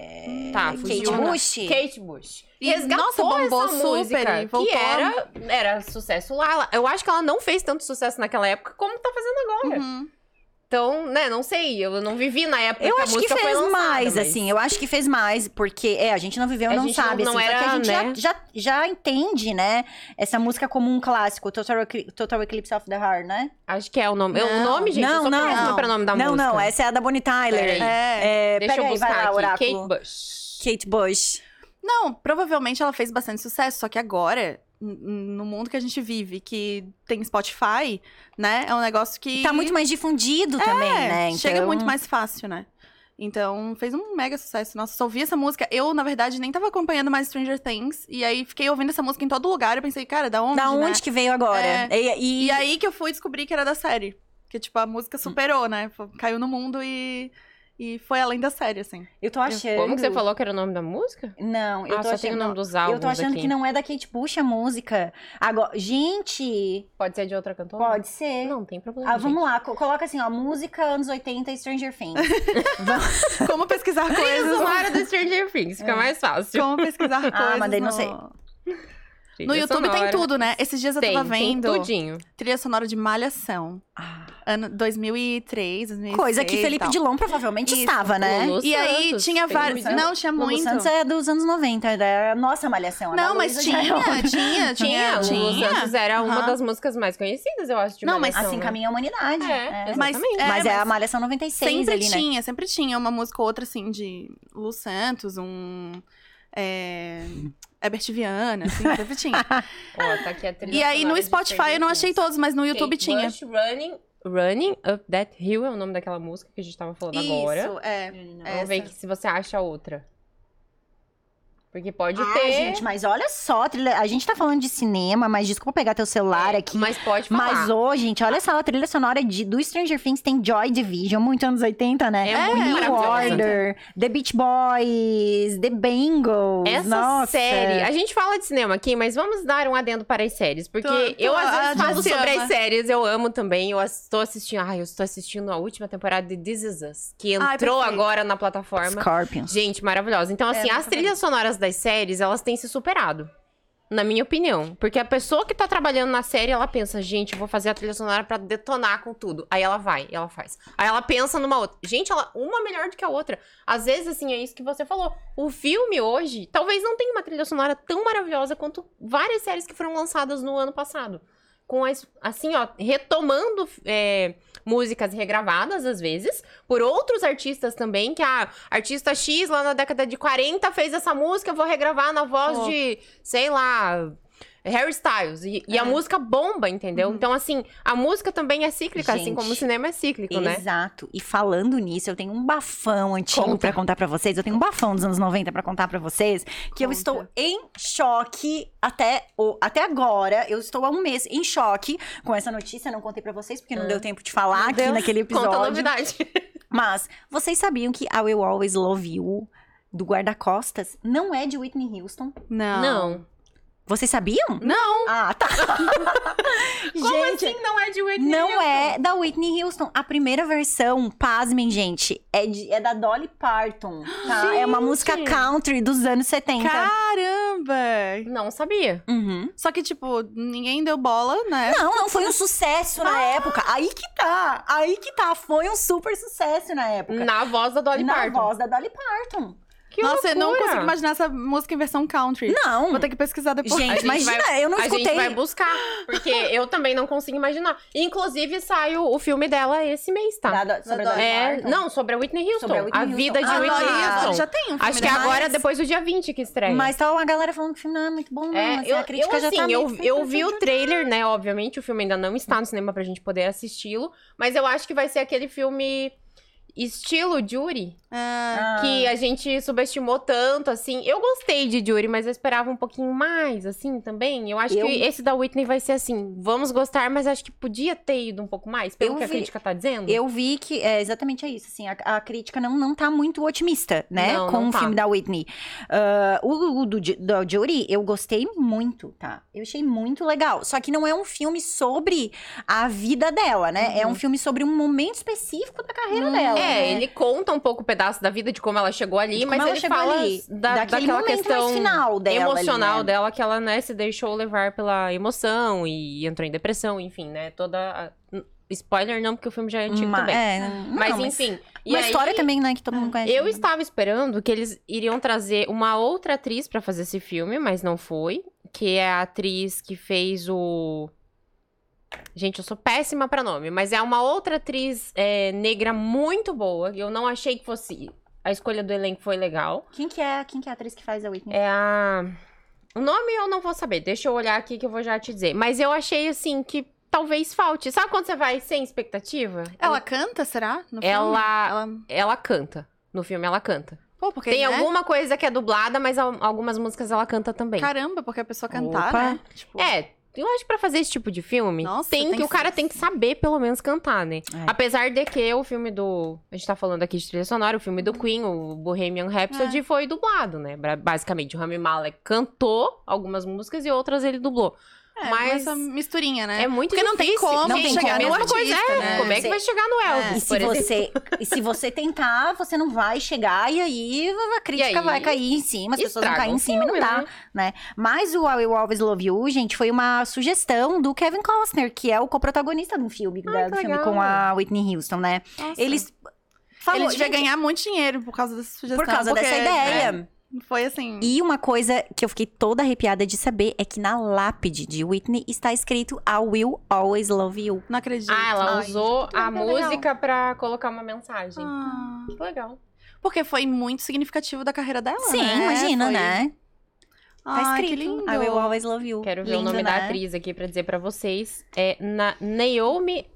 Speaker 1: Tá,
Speaker 2: Kate
Speaker 1: fugiu, né?
Speaker 2: Bush?
Speaker 1: Kate Bush.
Speaker 3: É. E,
Speaker 1: Resgatou
Speaker 3: nossa, bombou
Speaker 1: essa
Speaker 3: super,
Speaker 1: música,
Speaker 3: e voltou
Speaker 1: que
Speaker 3: a-
Speaker 1: era, era sucesso lá. Ela- Eu acho que ela não fez tanto sucesso naquela época como tá fazendo agora.
Speaker 3: Uhum.
Speaker 1: Então, né, não sei, eu não vivi na época
Speaker 2: Eu
Speaker 1: que a
Speaker 2: acho que
Speaker 1: música
Speaker 2: fez
Speaker 1: foi lançada,
Speaker 2: mais,
Speaker 1: mas-
Speaker 2: assim. Eu acho que fez mais, porque é, a gente não viveu,
Speaker 1: A
Speaker 2: não
Speaker 1: gente não-
Speaker 2: sabe.
Speaker 1: não
Speaker 2: assim, só que
Speaker 1: era,
Speaker 2: a gente
Speaker 1: né?
Speaker 2: já, já, já entende, né? Essa música como um clássico, Total, Ecl- Total Eclipse of the Heart, né?
Speaker 1: Acho que é o nome. o
Speaker 3: Não,
Speaker 1: nome, gente, eu
Speaker 2: não,
Speaker 1: sou
Speaker 2: não,
Speaker 1: péssima
Speaker 2: não.
Speaker 1: pra nome da
Speaker 2: não,
Speaker 1: música.
Speaker 2: não, essa é a da Bonnie
Speaker 1: Peraí.
Speaker 2: Tyler.
Speaker 3: É.
Speaker 2: É,
Speaker 1: Deixa
Speaker 2: pega
Speaker 1: eu
Speaker 2: aí,
Speaker 1: buscar
Speaker 2: vai lá,
Speaker 1: aqui.
Speaker 2: oráculo.
Speaker 1: Kate Bush.
Speaker 2: Kate Bush.
Speaker 3: Não, provavelmente ela fez bastante sucesso, só que agora, n- n- no mundo que a gente vive, que tem Spotify, né? É um negócio que.
Speaker 2: Tá muito mais difundido também,
Speaker 3: É,
Speaker 2: né? Então,
Speaker 3: Chega muito mais fácil, né? Então, fez um mega sucesso. Nossa, só ouvi essa música. Eu, na verdade, nem tava acompanhando mais Stranger Things. E aí fiquei ouvindo essa música em todo lugar. Eu pensei, cara, da onde?
Speaker 2: Da
Speaker 3: né?
Speaker 2: onde que veio agora?
Speaker 1: É.
Speaker 2: E, e-
Speaker 3: E aí que eu fui descobrir que era da série. Que, tipo, a música
Speaker 2: Hum.
Speaker 3: superou, né? Foi- Caiu no mundo e, e foi além da série, assim.
Speaker 2: eu tô achando.
Speaker 1: Como que você falou que era o nome da música?
Speaker 2: Não, eu
Speaker 1: ah,
Speaker 2: tô
Speaker 1: só
Speaker 2: achando.
Speaker 1: tem o nome dos
Speaker 2: eu
Speaker 1: álbuns
Speaker 2: tô achando
Speaker 1: aqui.
Speaker 2: que não é da Kate Bush a música. Agora, gente,
Speaker 1: Pode ser de outra cantora?
Speaker 2: pode ser.
Speaker 1: Não, tem problema.
Speaker 2: Ah, vamos lá, co- coloca assim, ó, música anos 80 e Stranger Things.
Speaker 3: Como pesquisar coisas.
Speaker 2: É.
Speaker 1: do Stranger Things, fica mais fácil.
Speaker 3: Ah, Como pesquisar coisas.
Speaker 2: mas daí não
Speaker 3: no-
Speaker 2: sei.
Speaker 3: No YouTube tem tudo, né? Esses dias eu
Speaker 1: Tem,
Speaker 3: tava
Speaker 1: tem
Speaker 3: vendo
Speaker 1: tudinho. Ah.
Speaker 3: trilha sonora de Malhação. Ano 2003, 2006.
Speaker 2: Coisa que
Speaker 3: e
Speaker 2: Felipe
Speaker 3: tal.
Speaker 2: Dilon provavelmente
Speaker 3: Isso.
Speaker 2: estava, né?
Speaker 1: Lulu
Speaker 3: E aí
Speaker 1: Santos,
Speaker 3: tinha
Speaker 1: tem
Speaker 3: vários.
Speaker 1: muito.
Speaker 3: Não, tinha
Speaker 2: Lulu
Speaker 3: muito.
Speaker 2: Santos é dos anos 90, era a nossa malhação. a da
Speaker 3: Não, mas
Speaker 2: Luísa é
Speaker 3: tinha,
Speaker 2: Geraldo.
Speaker 3: tinha, tinha,
Speaker 1: Tinha, Lulu Santos era uma
Speaker 3: Aham.
Speaker 1: das músicas mais conhecidas, eu acho, de
Speaker 3: Não, mas
Speaker 1: Malhação,
Speaker 2: Assim
Speaker 1: né?
Speaker 2: caminha a humanidade.
Speaker 1: É,
Speaker 2: é.
Speaker 3: Mas,
Speaker 1: Exatamente.
Speaker 3: é,
Speaker 2: mas é a
Speaker 3: mas
Speaker 2: malhação 96
Speaker 3: Sempre
Speaker 2: ali, né?
Speaker 3: tinha, sempre tinha uma música ou outra, assim, de Lu Santos, um. É... Herbert Viana, assim, sempre tinha.
Speaker 1: Ó, tá aqui a trilha
Speaker 3: e aí no
Speaker 1: sonora de
Speaker 3: Spotify eu não achei
Speaker 1: Stranger Things.
Speaker 3: todos, mas no
Speaker 1: Ok,
Speaker 3: YouTube tinha.
Speaker 1: Rush Running, Running Up That Hill é o nome daquela música que a gente tava falando agora.
Speaker 3: Isso, é.
Speaker 1: Vamos ver
Speaker 3: essa.
Speaker 1: que- se você acha outra. Porque pode
Speaker 2: Ah,
Speaker 1: ter.
Speaker 2: gente, mas olha só, trilha- a gente tá falando de cinema, mas desculpa pegar teu
Speaker 3: É,
Speaker 2: celular aqui.
Speaker 1: Mas pode falar.
Speaker 2: Mas hoje, gente, olha só, a trilha sonora de, do Stranger Things tem Joy Division, muito anos 80, né?
Speaker 1: É
Speaker 3: muito
Speaker 2: New
Speaker 1: maravilhosa.
Speaker 2: Order, The Beach Boys, The Bengals.
Speaker 1: Essa
Speaker 2: nossa.
Speaker 1: série. A gente fala de cinema aqui, mas vamos dar um adendo para as séries. Porque
Speaker 3: Tô- tô-
Speaker 1: eu às
Speaker 3: a
Speaker 1: vezes falo
Speaker 3: gente
Speaker 1: sobre
Speaker 3: ama.
Speaker 1: as séries, eu amo também. Eu estou assistindo. Ai, eu estou assistindo a última temporada de This Is Us, que
Speaker 3: Ai,
Speaker 1: entrou
Speaker 3: perfeito.
Speaker 1: agora na plataforma.
Speaker 2: Scorpions.
Speaker 1: Gente, maravilhosa. Então, assim,
Speaker 3: nunca
Speaker 1: as trilhas sonoras das séries, elas têm se superado. Na minha opinião. Porque a pessoa que tá trabalhando na série, ela pensa, gente, eu vou fazer a trilha sonora pra detonar com tudo. Aí ela vai, ela faz. Aí ela pensa numa outra. Gente, ela, uma melhor do que a outra. Às vezes, assim, é isso que você falou. O filme hoje, talvez não tenha uma trilha sonora tão maravilhosa quanto várias séries que foram lançadas no ano passado. Com as, assim, ó, retomando é, músicas regravadas, às vezes por outros artistas também, que a artista X lá na década de 40 fez essa música, eu vou regravar na voz
Speaker 3: Oh.
Speaker 1: de, sei lá, Harry Styles. E, e a
Speaker 3: É.
Speaker 1: música bomba, entendeu?
Speaker 3: Uhum.
Speaker 1: Então, assim, a música também é cíclica, assim
Speaker 2: Gente,
Speaker 1: como o cinema é cíclico, né?
Speaker 2: Exato. E falando nisso, eu tenho um bafão antigo
Speaker 1: Conta.
Speaker 2: pra contar pra vocês. Eu tenho um bafão dos anos 90 pra contar pra vocês. Que eu
Speaker 3: Conta.
Speaker 2: estou em choque até, o, até agora. Eu estou há um mês em choque com essa notícia. Eu Não contei pra vocês, porque não
Speaker 1: Ah.
Speaker 2: deu tempo de falar
Speaker 1: Meu
Speaker 2: aqui
Speaker 1: Deus,
Speaker 2: naquele
Speaker 1: Conta a
Speaker 2: episódio.
Speaker 1: novidade.
Speaker 2: Mas vocês sabiam que I Will Always Love You, do guarda-costas, não é de Whitney Houston?
Speaker 3: Não.
Speaker 1: Não.
Speaker 2: Vocês sabiam?
Speaker 3: Não.
Speaker 2: Ah, tá. Gente,
Speaker 1: Sim, não é de Whitney
Speaker 2: não
Speaker 1: Houston.
Speaker 2: é da Whitney Houston. A primeira versão, pasmem, gente, é, de- é da Dolly Parton. tá? É uma
Speaker 1: Gente!
Speaker 2: música country dos anos 70.
Speaker 3: Caramba!
Speaker 1: Não sabia.
Speaker 2: Uhum.
Speaker 3: Só que, tipo, ninguém deu bola, né?
Speaker 2: Não, não foi um sucesso
Speaker 1: Ah!
Speaker 2: na época. Aí que tá. Aí que tá. Foi um super sucesso na época.
Speaker 1: Na voz da Dolly
Speaker 2: na
Speaker 1: Parton.
Speaker 2: voz da Dolly Parton.
Speaker 1: Que
Speaker 3: Nossa, eu não
Speaker 1: loucura.
Speaker 3: consigo imaginar essa música em versão country.
Speaker 2: Não.
Speaker 3: Vou ter que pesquisar depois.
Speaker 1: A
Speaker 2: Gente,
Speaker 1: gente
Speaker 2: imagina, eu não
Speaker 1: a gente
Speaker 2: escutei.
Speaker 1: vai buscar, porque eu também não consigo imaginar. Inclusive, sai o, o filme dela esse mês, tá?
Speaker 2: Da Do- sobre a Dolly
Speaker 1: É,
Speaker 2: Parton.
Speaker 1: não, sobre a Whitney Houston.
Speaker 2: Sobre a Whitney
Speaker 1: a
Speaker 2: Houston.
Speaker 1: vida de
Speaker 2: Ah,
Speaker 1: Whitney
Speaker 2: não,
Speaker 1: Houston.
Speaker 3: já tem um filme
Speaker 1: Acho que é
Speaker 3: dela.
Speaker 2: Mas-
Speaker 1: agora, depois do dia 20 que estreia.
Speaker 2: Mas tá uma galera falando que o filme não é muito bom, não.
Speaker 1: É,
Speaker 2: assim,
Speaker 1: eu,
Speaker 2: a crítica
Speaker 1: eu,
Speaker 2: já
Speaker 1: assim,
Speaker 2: tá meio
Speaker 1: eu,
Speaker 2: que-
Speaker 1: eu vi o trailer, né? Obviamente, o filme ainda não está no cinema pra gente poder assisti-lo. Mas eu acho que vai ser aquele filme estilo Jury,
Speaker 3: Ah,
Speaker 2: Ah.
Speaker 1: que a gente subestimou tanto, assim. Eu gostei de Jury, mas eu esperava um pouquinho mais, assim, também. Eu acho
Speaker 2: Eu-
Speaker 1: que esse da Whitney vai ser assim, vamos gostar, mas acho que podia ter ido um pouco mais, pelo
Speaker 2: Eu
Speaker 1: que a
Speaker 2: vi-
Speaker 1: crítica tá dizendo.
Speaker 2: Eu vi que é exatamente isso, assim, a, a crítica não, não tá muito otimista, né,
Speaker 1: Não,
Speaker 2: com
Speaker 1: não
Speaker 2: o
Speaker 1: tá.
Speaker 2: filme da Whitney. Ah, o o do, Ju- do Judy, eu gostei muito, tá? Eu achei muito legal, só que não é um filme sobre a vida dela, né? É um filme sobre um momento específico da carreira dela, né?
Speaker 1: Uhum. É, ele conta um pouco o pedaço da vida de como ela chegou ali,
Speaker 2: De como
Speaker 1: mas
Speaker 2: ela
Speaker 1: ele
Speaker 2: chegou
Speaker 1: fala
Speaker 2: ali,
Speaker 1: da,
Speaker 2: daquele
Speaker 1: daquela
Speaker 2: momento
Speaker 1: questão
Speaker 2: mais final dela ali,
Speaker 1: emocional
Speaker 2: né?
Speaker 1: dela, que ela né, se deixou levar pela emoção e entrou em depressão, enfim, né? Toda. a- Spoiler não, porque o filme já é antigo
Speaker 2: Uma,
Speaker 1: também.
Speaker 2: é, não,
Speaker 1: mas,
Speaker 2: mas
Speaker 1: enfim. e
Speaker 2: uma
Speaker 1: aí, Ah,
Speaker 2: história também, né, que todo mundo conhece.
Speaker 1: Eu estava esperando que eles iriam trazer uma outra atriz pra fazer esse filme, mas não foi. Que é a atriz que fez o. Gente, eu sou péssima pra nome, mas é uma outra atriz é, negra muito boa. Eu não achei que fosse. A escolha do elenco foi legal.
Speaker 2: Quem que é, quem que é a atriz que faz a
Speaker 3: Uhum.
Speaker 2: Whitney?
Speaker 1: É a. O nome eu não vou saber, deixa eu olhar aqui que eu vou já te dizer. Mas eu achei, assim, que talvez falte. Sabe quando você vai sem expectativa?
Speaker 3: Ela canta, será? No filme?
Speaker 1: Ela-
Speaker 3: Ela-
Speaker 1: Ela canta. No filme ela canta.
Speaker 3: Pô, porque,
Speaker 1: Tem
Speaker 3: né?
Speaker 1: alguma coisa que é dublada, mas al- algumas músicas ela canta também.
Speaker 3: Caramba, porque a pessoa cantar,
Speaker 2: Opa.
Speaker 3: né? Tipo,
Speaker 1: É, eu acho que pra fazer esse tipo de filme,
Speaker 3: Nossa,
Speaker 1: tem,
Speaker 3: tem
Speaker 1: que o
Speaker 3: que
Speaker 1: cara
Speaker 3: ser-
Speaker 1: tem que saber pelo menos cantar, né?
Speaker 2: É.
Speaker 1: Apesar de que o filme do. A gente tá falando aqui de trilha sonora, o filme do Queen, o Bohemian Rhapsody,
Speaker 3: É.
Speaker 1: foi dublado, né? Bra- Basicamente, o Rami Malek cantou algumas músicas e outras ele dublou.
Speaker 3: É,
Speaker 1: Mas-
Speaker 3: mas essa misturinha, né?
Speaker 1: É muito
Speaker 3: Porque não tem
Speaker 1: difícil,
Speaker 3: como
Speaker 1: gente,
Speaker 2: chegar
Speaker 1: é a
Speaker 2: no
Speaker 1: mesma coisa,
Speaker 3: artista,
Speaker 1: é,
Speaker 3: né?
Speaker 1: Como é que
Speaker 2: Você-
Speaker 1: vai chegar no Elvis,
Speaker 2: E
Speaker 1: por
Speaker 2: se,
Speaker 1: exemplo?
Speaker 2: você, e se você tentar, você não vai chegar, e aí a crítica
Speaker 1: E aí,
Speaker 2: vai cair em cima, as pessoas vão
Speaker 1: estraga
Speaker 2: cair
Speaker 1: o
Speaker 2: em cima e
Speaker 1: filme,
Speaker 2: não dá.
Speaker 1: né?
Speaker 2: Mas o I Will Always Love You, gente, foi uma sugestão do Kevin Costner, que é o coprotagonista do filme, da-
Speaker 1: que
Speaker 2: do filme
Speaker 1: legal.
Speaker 2: com a Whitney Houston, né?
Speaker 3: Nossa.
Speaker 2: Eles.
Speaker 3: Ele devia
Speaker 2: gente,
Speaker 3: ganhar muito dinheiro por causa dessa sugestão.
Speaker 2: por causa
Speaker 3: porque,
Speaker 2: dessa ideia.
Speaker 3: né,
Speaker 1: é.
Speaker 3: foi assim.
Speaker 2: E uma coisa que eu fiquei toda arrepiada de saber é que na lápide de Whitney está escrito I Will Always Love You.
Speaker 3: Não acredito.
Speaker 1: Ah, ela
Speaker 3: Ai,
Speaker 1: usou
Speaker 3: que é
Speaker 1: a
Speaker 3: legal.
Speaker 1: música pra colocar uma mensagem.
Speaker 3: Ah,
Speaker 1: Que legal.
Speaker 3: porque foi muito significativo da carreira dela,
Speaker 2: Sim,
Speaker 1: é,
Speaker 3: né?
Speaker 2: imagina,
Speaker 3: Foi-
Speaker 2: né? Tá
Speaker 3: Ai, que
Speaker 2: escrito
Speaker 3: lindo.
Speaker 2: I Will Always Love You.
Speaker 1: Quero ver o
Speaker 2: Lindo,
Speaker 1: nome
Speaker 2: né?
Speaker 1: da atriz aqui pra dizer pra vocês. É na Naomi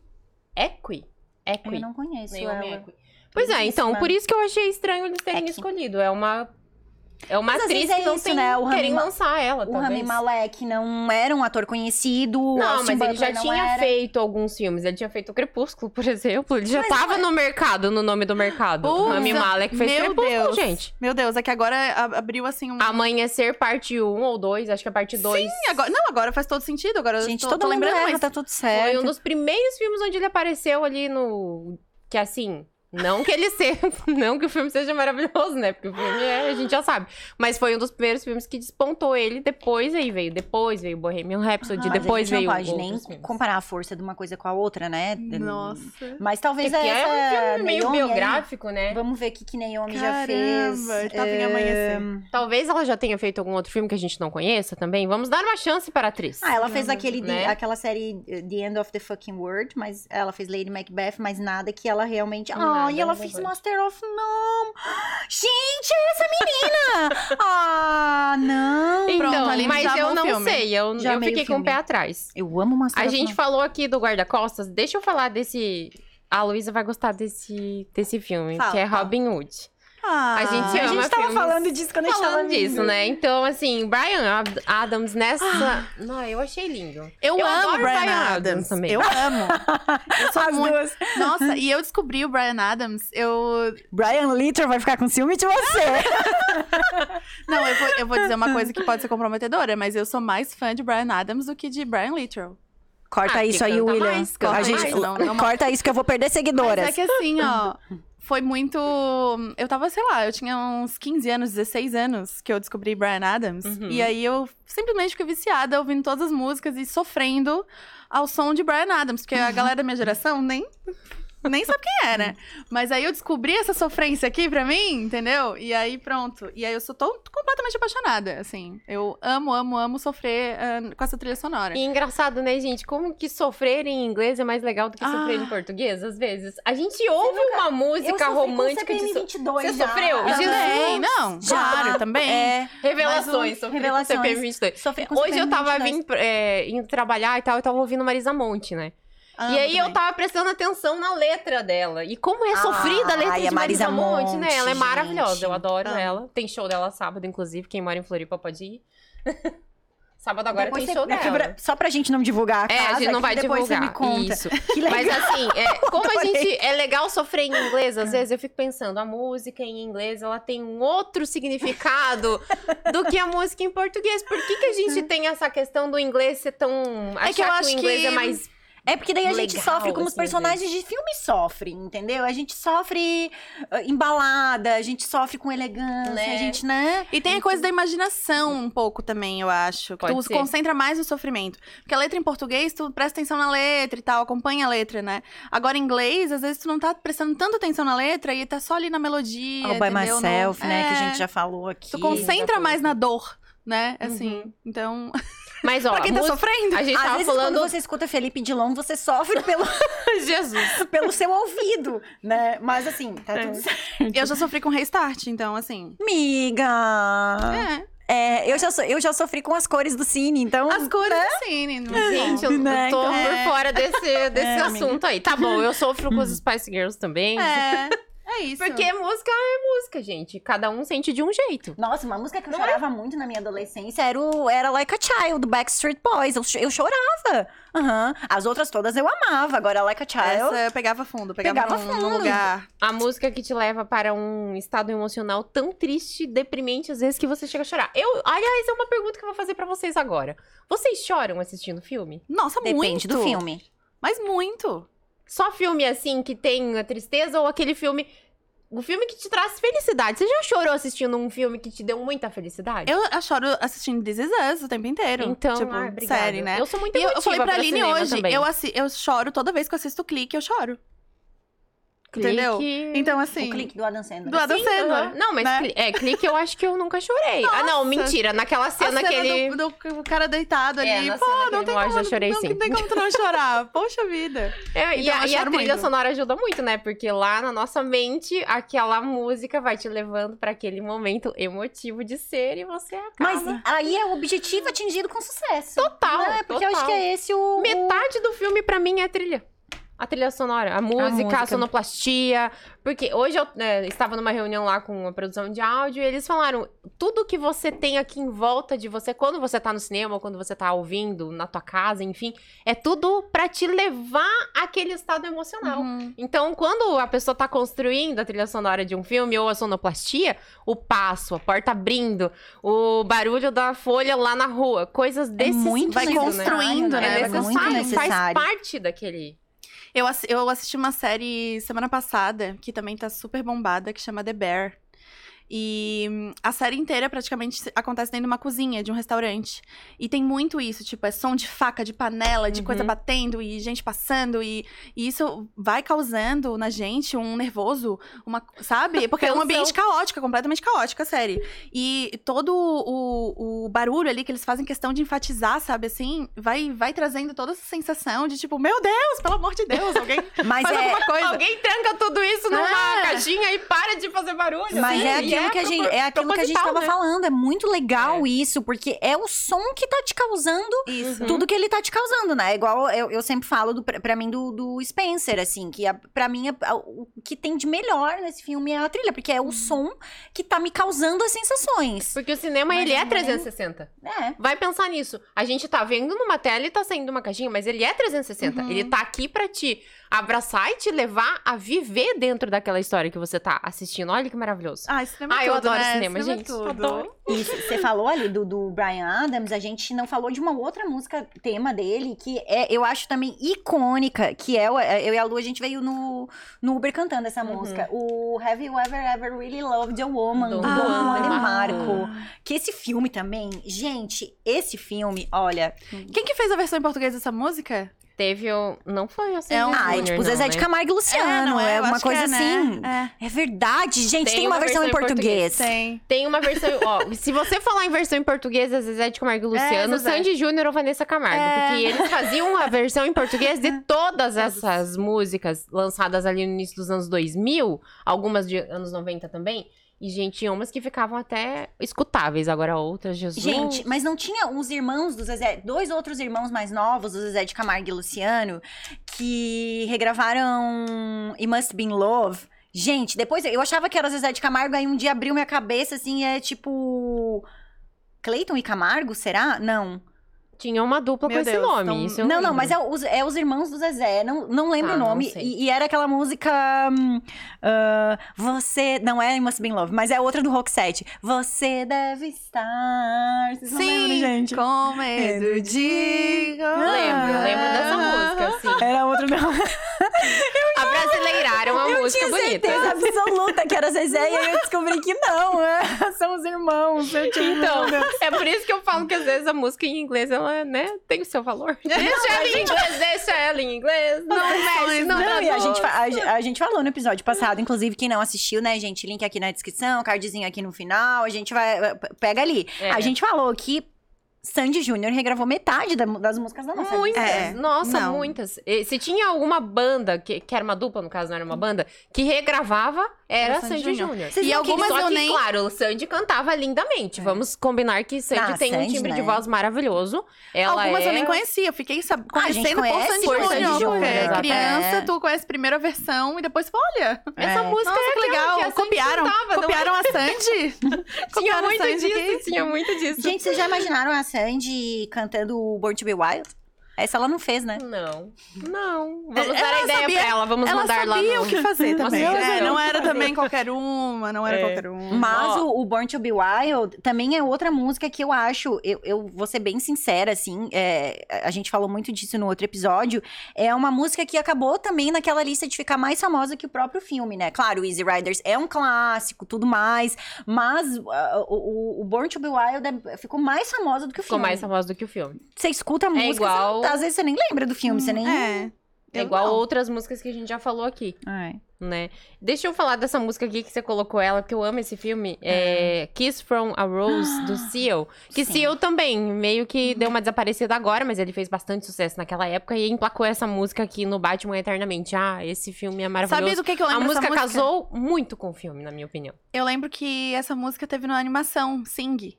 Speaker 1: Equi. Equi.
Speaker 2: Eu não conheço
Speaker 1: Naomi
Speaker 2: ela.
Speaker 1: Equi. Pois é, então,
Speaker 2: Lindíssima.
Speaker 1: por isso que eu achei estranho eles terem
Speaker 2: Equi.
Speaker 1: escolhido. É uma. É uma
Speaker 2: Mas às
Speaker 1: atriz
Speaker 2: vezes é
Speaker 1: que não
Speaker 2: isso,
Speaker 1: tem,
Speaker 2: né? O Rami
Speaker 1: querem
Speaker 2: Ma-
Speaker 1: lançar ela,
Speaker 2: O Rami
Speaker 1: talvez.
Speaker 2: Malek não era um ator conhecido. o
Speaker 1: Não,
Speaker 2: Austin
Speaker 1: mas ele já
Speaker 2: Butler não
Speaker 1: tinha
Speaker 2: era.
Speaker 1: feito alguns filmes. Ele tinha feito o Crepúsculo, por exemplo. Ele já
Speaker 2: Mas é-
Speaker 1: tava no mercado, no nome do mercado. O
Speaker 3: Puta,
Speaker 1: Rami Malek fez
Speaker 3: meu
Speaker 1: Crepúsculo,
Speaker 3: Deus.
Speaker 1: gente.
Speaker 3: Meu Deus, é que agora a- abriu assim um.
Speaker 1: Amanhecer, parte 1 ou 2, acho que é parte 2.
Speaker 3: Sim, agora- Não, agora faz todo sentido. Agora
Speaker 2: Gente,
Speaker 3: eu tô,
Speaker 2: todo
Speaker 3: tô
Speaker 2: mundo
Speaker 3: lembrando,
Speaker 2: erra,
Speaker 3: mas
Speaker 2: tá tudo
Speaker 1: Foi
Speaker 2: certo.
Speaker 1: um dos primeiros filmes onde ele apareceu ali no. Que assim. Não que ele seja. Não que o filme seja maravilhoso, né? Porque o filme é, a gente já sabe. Mas foi um dos primeiros filmes que despontou ele. Depois aí veio. Depois veio Bohemian Rhapsody.
Speaker 2: Mas
Speaker 1: depois
Speaker 2: a Ah,
Speaker 1: veio.
Speaker 2: gente não pode nem
Speaker 1: outros filmes.
Speaker 2: comparar a força de uma coisa com a outra, né?
Speaker 3: Nossa.
Speaker 2: Mas
Speaker 1: É
Speaker 2: talvez
Speaker 1: que
Speaker 2: essa
Speaker 1: é um filme meio
Speaker 2: Naomi aí,
Speaker 1: biográfico, né?
Speaker 2: Vamos ver o que, que Naomi já fez.
Speaker 3: Caramba, tava em
Speaker 2: eh,
Speaker 3: amanhecer.
Speaker 1: Talvez ela já tenha feito algum outro filme que a gente não conheça também. Vamos dar uma chance para a atriz.
Speaker 2: Ah, ela fez aquele
Speaker 1: Né?
Speaker 2: The- aquela série eh, The End of the Fucking World, mas ela fez Lady Macbeth, mas nada que ela realmente.
Speaker 1: Nada
Speaker 2: Ah, e ela fez
Speaker 1: relevante.
Speaker 2: Master of None. Gente, essa menina! ah, não!
Speaker 1: então,
Speaker 3: Pronto, ali me
Speaker 1: mas
Speaker 3: dava
Speaker 1: eu
Speaker 3: um
Speaker 1: não
Speaker 3: filme.
Speaker 1: sei. Eu,
Speaker 2: Já
Speaker 1: eu
Speaker 2: meio
Speaker 1: fiquei com o
Speaker 2: filme.
Speaker 1: pé atrás.
Speaker 2: Eu amo Master
Speaker 1: A
Speaker 2: of
Speaker 1: gente
Speaker 2: None.
Speaker 1: falou aqui do guarda-costas, deixa eu falar desse. A Luísa vai gostar desse, desse filme,
Speaker 3: Fala,
Speaker 1: que é
Speaker 3: fala.
Speaker 1: Robin Hood.
Speaker 3: Ah,
Speaker 1: A gente
Speaker 2: a
Speaker 1: ama
Speaker 2: gente tava
Speaker 1: filmes.
Speaker 2: falando disso quando a gente tava
Speaker 1: Falando disso,
Speaker 2: vindo.
Speaker 1: né? Então, assim, Brian Ad- Adams nessa. Não, eu achei lindo.
Speaker 3: Eu,
Speaker 1: Eu
Speaker 3: amo
Speaker 1: adoro
Speaker 3: o Brian
Speaker 1: Bryan
Speaker 3: Adams.
Speaker 1: Adams também.
Speaker 3: Eu amo. Eu sou
Speaker 2: As
Speaker 3: muito.
Speaker 2: duas.
Speaker 3: Nossa, e eu descobri o Brian Adams. Eu.
Speaker 2: Brian Litter vai ficar com ciúme de você.
Speaker 3: Não, eu vou, eu vou dizer uma coisa que pode ser comprometedora, mas eu sou mais fã de Brian Adams do que de Brian Littrell.
Speaker 2: Corta
Speaker 1: Ah,
Speaker 2: isso
Speaker 1: que
Speaker 2: aí,
Speaker 1: canta
Speaker 2: William.
Speaker 1: mais, canta
Speaker 2: a gente,
Speaker 1: mais,
Speaker 3: não, não.
Speaker 2: corta isso que eu vou perder
Speaker 3: Mas
Speaker 2: seguidoras.
Speaker 3: é que assim, ó. Foi muito. Eu tava, sei lá, eu tinha uns 15 anos, 16 anos que eu descobri Brian Adams.
Speaker 1: Uhum.
Speaker 3: E aí eu simplesmente fiquei viciada ouvindo todas as músicas e sofrendo ao som de Brian Adams, porque a galera da minha geração nem. Nem sabe quem é, né? Mas aí eu descobri essa sofrência aqui pra mim, entendeu? E aí pronto. E aí eu sou tão completamente apaixonada, assim. Eu amo, amo, amo sofrer ah, com essa trilha sonora.
Speaker 1: E engraçado, né, gente? Como que sofrer em inglês é mais legal do que sofrer
Speaker 3: Ah.
Speaker 1: em português, às vezes? A gente ouve uma música romântica de. So... Você
Speaker 2: já.
Speaker 1: sofreu?
Speaker 2: Aham.
Speaker 1: Jesus!
Speaker 3: Também, não.
Speaker 2: Já.
Speaker 3: Claro, também.
Speaker 2: É,
Speaker 1: Revelações, sofrer
Speaker 2: Revelações.
Speaker 1: com CPM22.
Speaker 2: sofri com
Speaker 1: Hoje eu
Speaker 2: CPM
Speaker 1: tava
Speaker 2: 22.
Speaker 1: vindo, é, indo trabalhar e tal, eu tava ouvindo Marisa Monte, né?
Speaker 3: Amo
Speaker 2: Ah,
Speaker 1: e aí eu
Speaker 3: também.
Speaker 1: tava prestando atenção na letra dela. E como é sofrida a letra
Speaker 2: Ai,
Speaker 1: de
Speaker 2: Ah, a
Speaker 1: Marisa
Speaker 2: Marisa
Speaker 1: Monte, né? Ela é
Speaker 2: Monte, gente. Ah.
Speaker 1: maravilhosa, eu adoro
Speaker 3: Amo.
Speaker 1: ela. Tem show dela sábado, inclusive, quem mora em Floripa pode ir. sábado agora
Speaker 2: Depois
Speaker 1: tem
Speaker 2: você-
Speaker 1: show
Speaker 2: é que
Speaker 1: dela.
Speaker 2: pra- Só pra gente não divulgar a
Speaker 1: É,
Speaker 2: casa,
Speaker 1: a gente não
Speaker 2: que
Speaker 1: vai
Speaker 2: depois
Speaker 1: divulgar.
Speaker 2: você me conta.
Speaker 1: Isso.
Speaker 2: Que legal.
Speaker 1: Mas assim, é, como a
Speaker 2: Adorei.
Speaker 1: gente. É legal sofrer em inglês, às vezes eu fico pensando, a música em inglês ela tem um outro significado do que a música em português. Por que, que a gente tem essa questão do inglês ser tão. Achar
Speaker 3: Uhum. que eu acho
Speaker 1: o inglês
Speaker 3: que-
Speaker 1: é mais.
Speaker 2: É porque daí a gente
Speaker 1: Legal,
Speaker 2: sofre como os
Speaker 1: assim, às
Speaker 2: personagens de filme sofrem, entendeu? A gente sofre ah, embalada, a gente sofre com elegância,
Speaker 1: Né?
Speaker 2: a gente, né?
Speaker 3: E tem a coisa da imaginação um pouco também, eu acho. Que
Speaker 1: Pode
Speaker 3: tu
Speaker 1: ser.
Speaker 3: concentra mais no sofrimento. Porque a letra em português, tu presta atenção na letra e tal, acompanha a letra, né? Agora, em inglês, às vezes tu não tá prestando tanta atenção na letra e tá só ali na melodia.
Speaker 2: All by
Speaker 3: entendeu?
Speaker 2: myself,
Speaker 3: Não-
Speaker 2: né? Que a
Speaker 3: É,
Speaker 2: gente já falou aqui.
Speaker 3: Tu concentra
Speaker 1: Exatamente.
Speaker 3: mais na dor, né? Assim, então.
Speaker 1: Mas ó,
Speaker 3: pra quem tá
Speaker 1: música-
Speaker 3: sofrendo.
Speaker 1: Uhum. a gente
Speaker 2: Às
Speaker 1: tava
Speaker 2: vezes,
Speaker 1: falando.
Speaker 2: quando você escuta Felipe Dilon, você sofre pelo,
Speaker 1: Jesus.
Speaker 2: pelo seu ouvido, né? Mas assim, tá tudo certo.
Speaker 3: Eu já sofri com restart, então, assim.
Speaker 2: Amiga!
Speaker 3: É.
Speaker 2: É, eu, já so- eu já sofri com as cores do cine, então...
Speaker 3: As cores do cine. não é?
Speaker 1: Gente, eu
Speaker 2: Né,
Speaker 1: tô
Speaker 2: então-
Speaker 1: por fora desse, desse
Speaker 2: É, amiga.
Speaker 1: assunto aí. Tá bom, eu sofro com os Spice Girls também.
Speaker 3: Uhum. É. É isso.
Speaker 1: Porque música é música, gente. Cada um sente de um jeito.
Speaker 2: Nossa, uma música que eu
Speaker 3: é?
Speaker 2: chorava muito na minha adolescência era, o, era Like a Child, do Backstreet Boys. Eu, cho- eu chorava. Aham. As outras todas eu amava. Agora, Like a Child.
Speaker 3: Essa eu pegava fundo, pegava,
Speaker 2: Pegava
Speaker 3: num- num
Speaker 2: fundo.
Speaker 3: lugar.
Speaker 1: A música que te leva para um estado emocional tão triste, deprimente, às vezes, que você chega a chorar. Eu, aliás, é uma pergunta que eu vou fazer pra vocês agora. Vocês choram assistindo filme?
Speaker 3: Nossa, muito.
Speaker 2: Depende do filme.
Speaker 3: Mas muito.
Speaker 1: Só filme assim que tem a tristeza ou aquele filme. O filme que te traz felicidade. Você já chorou assistindo um filme que te deu muita felicidade?
Speaker 3: Eu, eu choro assistindo This Is Us o tempo inteiro.
Speaker 1: Então,
Speaker 3: tipo,
Speaker 1: ah, obrigada.
Speaker 3: série, né?
Speaker 1: Eu sou muito
Speaker 3: E eu, eu
Speaker 1: emotiva
Speaker 3: falei pra
Speaker 1: pra
Speaker 3: Aline
Speaker 1: cinema
Speaker 3: hoje,
Speaker 1: também.
Speaker 3: eu, assi- eu choro toda vez que eu assisto o clique, eu choro.
Speaker 1: Clique-
Speaker 3: entendeu?
Speaker 1: Hum,
Speaker 3: Então, assim.
Speaker 2: O clique do Adam Sandler.
Speaker 3: Do Adam
Speaker 1: Sim,
Speaker 3: Sandler.
Speaker 1: aham. Não, mas
Speaker 3: né?
Speaker 1: cli- é, clique eu acho que eu nunca chorei. Ah, não,
Speaker 3: Nossa.
Speaker 1: mentira. Naquela
Speaker 3: A
Speaker 1: cena, que ele.
Speaker 3: do, do cara deitado ali.
Speaker 1: É, na
Speaker 3: Pô,
Speaker 1: cena que
Speaker 3: não
Speaker 1: ele
Speaker 3: tem
Speaker 1: morre,
Speaker 3: como.
Speaker 1: eu chorei
Speaker 3: não,
Speaker 1: sim.
Speaker 3: não tem como tu não chorar. Poxa vida.
Speaker 1: É, e,
Speaker 3: Então,
Speaker 1: a,
Speaker 3: eu
Speaker 1: e a
Speaker 3: choro
Speaker 1: trilha
Speaker 3: muito.
Speaker 1: sonora ajuda muito, né? Porque lá na nossa mente, aquela música vai te levando pra aquele momento emotivo de ser e você acaba.
Speaker 2: Mas aí é o objetivo atingido com sucesso.
Speaker 1: total,
Speaker 2: Não é? Porque eu acho
Speaker 1: total.
Speaker 2: que é esse o.
Speaker 1: Metade do filme pra mim é a trilha. A trilha sonora, a música, a,
Speaker 2: música.
Speaker 1: sonoplastia. Porque hoje eu né, estava numa reunião lá com a produção de áudio e eles falaram: tudo que você tem aqui em volta de você, quando você tá no cinema, quando você tá ouvindo, na tua casa, enfim, é tudo pra te levar àquele estado emocional.
Speaker 3: Uhum.
Speaker 1: Então, quando a pessoa tá construindo a trilha sonora de um filme ou a sonoplastia, o passo, a porta abrindo, o barulho da folha lá na rua, coisas
Speaker 2: É
Speaker 1: desse sentido,
Speaker 2: muito
Speaker 3: vai
Speaker 1: né?
Speaker 2: necessário,
Speaker 3: construindo, né?
Speaker 1: É
Speaker 3: Vai
Speaker 1: necessário,
Speaker 2: muito
Speaker 1: faz
Speaker 2: necessário.
Speaker 1: parte daquele.
Speaker 3: Eu, assi- eu assisti uma série semana passada, que também tá super bombada, que chama The Bear. E hum, a série inteira praticamente se- acontece dentro de uma cozinha, de um restaurante. E tem muito isso, tipo, é som de faca, de panela, de coisa
Speaker 1: Uhum.
Speaker 3: batendo e gente passando. E, e isso vai causando na gente um nervoso, uma, sabe? Porque é um
Speaker 1: Tensão.
Speaker 3: ambiente caótico, é completamente caótico a série. E todo o, o barulho ali que eles fazem questão de enfatizar, sabe, assim, vai, vai trazendo toda essa sensação de tipo, meu Deus, pelo amor de Deus, alguém
Speaker 2: Mas
Speaker 3: faz
Speaker 2: é.
Speaker 3: alguma coisa.
Speaker 1: Alguém tranca tudo isso numa
Speaker 3: É.
Speaker 1: caixinha e para de fazer barulho.
Speaker 2: Ah. Mas
Speaker 1: né?
Speaker 2: é
Speaker 1: E
Speaker 2: aquilo, que a,
Speaker 1: pro-
Speaker 2: gente, é aquilo que a gente
Speaker 1: proposital,
Speaker 2: tava
Speaker 1: né?
Speaker 2: falando. É muito legal isso, porque é o som que tá te causando
Speaker 3: Isso.
Speaker 1: Uhum.
Speaker 2: tudo que ele tá te causando, né? É Igual eu, eu sempre falo do, pra, pra mim do, do Spencer, assim, que a, pra mim a- a- o que tem de melhor nesse filme é a trilha, porque é o som que tá me causando as sensações.
Speaker 1: Porque o cinema,
Speaker 2: Mas
Speaker 1: ele é
Speaker 2: não é.
Speaker 1: 360.
Speaker 2: É.
Speaker 1: Vai pensar nisso. A gente tá vendo numa tela e tá saindo uma caixinha, mas ele é 360.
Speaker 3: Uhum.
Speaker 1: Ele tá aqui pra te abraçar e te levar a viver dentro daquela história que você tá assistindo. Olha que maravilhoso.
Speaker 3: Ah, cinema é
Speaker 1: Ah, eu
Speaker 3: tudo,
Speaker 1: adoro
Speaker 3: né?
Speaker 1: cinema,
Speaker 3: é
Speaker 1: gente.
Speaker 3: tudo.
Speaker 1: Adoro.
Speaker 2: E você falou ali do, do Brian Adams, a gente não falou de uma outra música, tema dele, que é, eu acho também icônica, que é, o- eu e a Lu, a gente veio no, no Uber cantando essa
Speaker 1: Uhum.
Speaker 2: música. O Have You Ever Ever Really Loved a Woman, do
Speaker 1: Do
Speaker 2: Dom
Speaker 3: Ah,
Speaker 1: Juan
Speaker 3: é
Speaker 2: Juan
Speaker 1: de
Speaker 2: de
Speaker 1: Marco.
Speaker 2: Marco. Que esse filme também, gente, esse filme, olha,
Speaker 3: Quem que fez a versão em português dessa música?
Speaker 1: Teve o... Não foi assim. né?
Speaker 3: É um-
Speaker 2: Ah, é tipo Zezé de Camargo e Luciano, é,
Speaker 3: Eu
Speaker 2: alguma
Speaker 3: acho que
Speaker 2: coisa
Speaker 3: é,
Speaker 2: assim.
Speaker 3: Né?
Speaker 2: É verdade, gente,
Speaker 1: Tem
Speaker 2: tem, uma, versão, em português.
Speaker 3: É, tem.
Speaker 1: Tem uma versão. Ó, se você falar em versão em português, é Zezé de Camargo e Luciano,
Speaker 3: É, Zezé.
Speaker 1: Sandy Júnior ou Vanessa Camargo.
Speaker 3: É.
Speaker 1: Porque eles faziam a versão em português de todas essas músicas lançadas ali no início dos anos 2000, algumas de anos 90 também. E, gente, tinha umas que ficavam até escutáveis, agora outras, Jesus.
Speaker 2: Gente, mas não tinha uns irmãos do Zezé, dois outros irmãos mais novos do Zezé de Camargo e Luciano, que regravaram It Must Be in Love. Gente, depois eu achava que era Zezé de Camargo, aí um dia abriu minha cabeça assim, é tipo. Cleiton e Camargo, será? Não.
Speaker 1: tinha uma dupla
Speaker 3: Meu
Speaker 1: com esse
Speaker 3: Deus,
Speaker 1: nome.
Speaker 3: então-
Speaker 1: Isso eu
Speaker 2: Não, não,
Speaker 1: lembro.
Speaker 2: mas é os, é os irmãos do Zezé. Não, não lembro
Speaker 1: Tá,
Speaker 2: o
Speaker 1: não
Speaker 2: nome.
Speaker 1: sei.
Speaker 2: E, e era aquela música. hum, ah, você. Não é I Must Be in Love, mas é outra do Rock 7. Você deve estar. Vocês não lembram, gente.
Speaker 3: com medo de...
Speaker 1: Lembro, eu lembro dessa
Speaker 3: Ah.
Speaker 1: música, assim.
Speaker 2: Era outra do
Speaker 1: A brasileira é uma
Speaker 2: Eu
Speaker 1: música
Speaker 2: tinha
Speaker 1: bonita.
Speaker 2: certeza absoluta que era Zezé e aí eu descobri que não. é, são os irmãos. Eu tinha
Speaker 1: Então, é por isso que eu falo que às vezes a música em inglês, ela, né, tem o seu valor. Deixa ela em inglês, deixa ela em inglês, não mexe, não,
Speaker 2: Não,
Speaker 1: dá
Speaker 2: e a
Speaker 1: dor.
Speaker 2: gente, fa- a, ge- a gente falou no episódio passado, inclusive, quem não assistiu, né, gente? Link aqui na descrição, cardzinho aqui no final, a gente vai. p- eh, Pega ali.
Speaker 1: É.
Speaker 2: A gente falou que Sandy Júnior regravou metade da- das músicas da nossa.
Speaker 1: Muitas,
Speaker 3: É,
Speaker 1: nossa,
Speaker 3: não.
Speaker 1: muitas. E se tinha alguma banda, que, que era uma dupla, no caso, não era uma banda, que regravava, era
Speaker 3: Era Sandy
Speaker 1: Sandy
Speaker 3: Júnior.
Speaker 1: Júnior.
Speaker 2: Vocês
Speaker 3: E
Speaker 2: viram que
Speaker 3: algumas
Speaker 1: Só
Speaker 3: eu
Speaker 1: que,
Speaker 3: nem.
Speaker 1: claro, o Sandy cantava lindamente. Vamos combinar que Sandy
Speaker 2: Ah,
Speaker 1: tem um
Speaker 2: Sandy,
Speaker 1: timbre de
Speaker 2: né?
Speaker 1: voz maravilhoso. Ela
Speaker 3: Algumas
Speaker 1: é...
Speaker 3: eu nem conhecia, eu fiquei sab...
Speaker 2: Ah, a gente
Speaker 3: conhecendo por
Speaker 2: conhece
Speaker 3: Sandy
Speaker 1: por um, Sandy
Speaker 3: Júnior.
Speaker 1: Júnior,
Speaker 3: porque
Speaker 1: exato.
Speaker 3: né? criança,
Speaker 2: É.
Speaker 3: tu conhece a primeira versão e depois, fala, olha,
Speaker 1: Essa
Speaker 2: É.
Speaker 1: música
Speaker 3: nossa,
Speaker 1: é
Speaker 3: que
Speaker 1: aquela
Speaker 3: legal,
Speaker 1: que a Sandy
Speaker 3: copiaram,
Speaker 1: cantava, não é?
Speaker 3: copiaram a Sandy.
Speaker 1: Tinha
Speaker 3: copiaram a
Speaker 1: muito
Speaker 3: Sandy, que
Speaker 1: disso, assim, tinha muito disso.
Speaker 2: Gente, vocês já imaginaram a Sandy cantando o Born to Be Wild? Essa ela não fez, né?
Speaker 1: Não, não. Vamos
Speaker 3: Ela
Speaker 1: dar a ideia
Speaker 3: sabia-
Speaker 1: pra ela, vamos
Speaker 3: Ela
Speaker 1: mandar lá
Speaker 3: sabia
Speaker 1: no...
Speaker 3: o que fazer
Speaker 1: Nossa,
Speaker 3: também.
Speaker 1: ela
Speaker 3: É,
Speaker 1: sabia.
Speaker 3: não era também qualquer uma, não era
Speaker 1: É.
Speaker 3: qualquer uma.
Speaker 2: Mas
Speaker 1: Ó.
Speaker 2: o, o Born to Be Wild também é outra música que eu acho, eu, eu vou ser bem sincera, assim, é, a gente falou muito disso no outro episódio. É uma música que acabou também naquela lista de ficar mais famosa que o próprio filme, né? Claro, o Easy Riders é um clássico, tudo mais, mas ah, o, o- o Born to Be Wild é- ficou mais famosa do que o
Speaker 1: Ficou
Speaker 2: filme.
Speaker 1: mais famosa do que o filme.
Speaker 2: Você escuta a música, você
Speaker 1: igual- Hum,
Speaker 2: não- às vezes você nem lembra do filme, você nem.
Speaker 3: É.
Speaker 1: É
Speaker 3: Eu
Speaker 1: igual
Speaker 3: não.
Speaker 1: outras músicas que a gente já falou aqui.
Speaker 2: Ai.
Speaker 1: né? Deixa eu falar dessa música aqui que você colocou ela, porque eu amo esse filme.
Speaker 3: Ah.
Speaker 1: É Kiss from a Rose, do Seal. Que
Speaker 2: Sim.
Speaker 1: Seal também, meio que deu uma desaparecida agora, mas ele fez bastante sucesso naquela época e emplacou essa música aqui no Batman Eternamente. Ah, esse filme é maravilhoso.
Speaker 3: Sabe do que, que eu
Speaker 1: a
Speaker 3: lembro
Speaker 1: música,
Speaker 3: dessa música?
Speaker 1: casou muito com o filme, na minha opinião.
Speaker 3: Eu lembro que essa música teve na animação, Sing.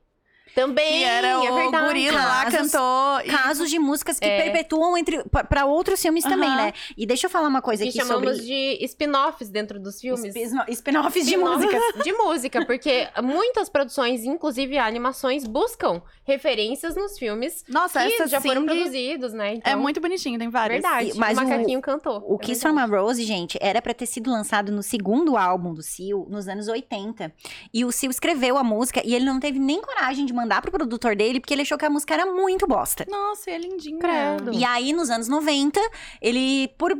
Speaker 1: Também,
Speaker 3: E era
Speaker 1: é
Speaker 3: o
Speaker 1: verdade.
Speaker 3: gorila lá,
Speaker 2: Casos-
Speaker 3: cantou. e-
Speaker 2: Casos de músicas que
Speaker 1: É.
Speaker 2: perpetuam entre para outros filmes também,
Speaker 3: Aham.
Speaker 2: né? E deixa eu falar uma coisa
Speaker 1: Que
Speaker 2: aqui
Speaker 1: chamamos
Speaker 2: sobre
Speaker 1: de spin-offs dentro dos filmes. É
Speaker 2: Spin- Spin-offs de
Speaker 1: Spin-offs
Speaker 2: música.
Speaker 1: De música, porque muitas produções, inclusive animações, buscam referências nos filmes
Speaker 3: Nossa,
Speaker 1: que
Speaker 3: essa
Speaker 1: já foram
Speaker 3: Sing
Speaker 1: produzidos, né? Então,
Speaker 3: É muito bonitinho, tem várias.
Speaker 1: verdade.
Speaker 2: E- mas
Speaker 1: o
Speaker 2: o-
Speaker 1: macaquinho cantou.
Speaker 2: O
Speaker 1: é
Speaker 2: Kiss
Speaker 1: verdade.
Speaker 2: from a Rose, gente, era pra ter sido lançado no segundo álbum do Seal, nos anos 80. E o Seal escreveu a música e ele não teve nem coragem de mandar pro produtor dele, porque ele achou que a música era muito bosta.
Speaker 3: Nossa, e é lindinho.
Speaker 1: Credo.
Speaker 2: E aí, nos anos 90, ele, por.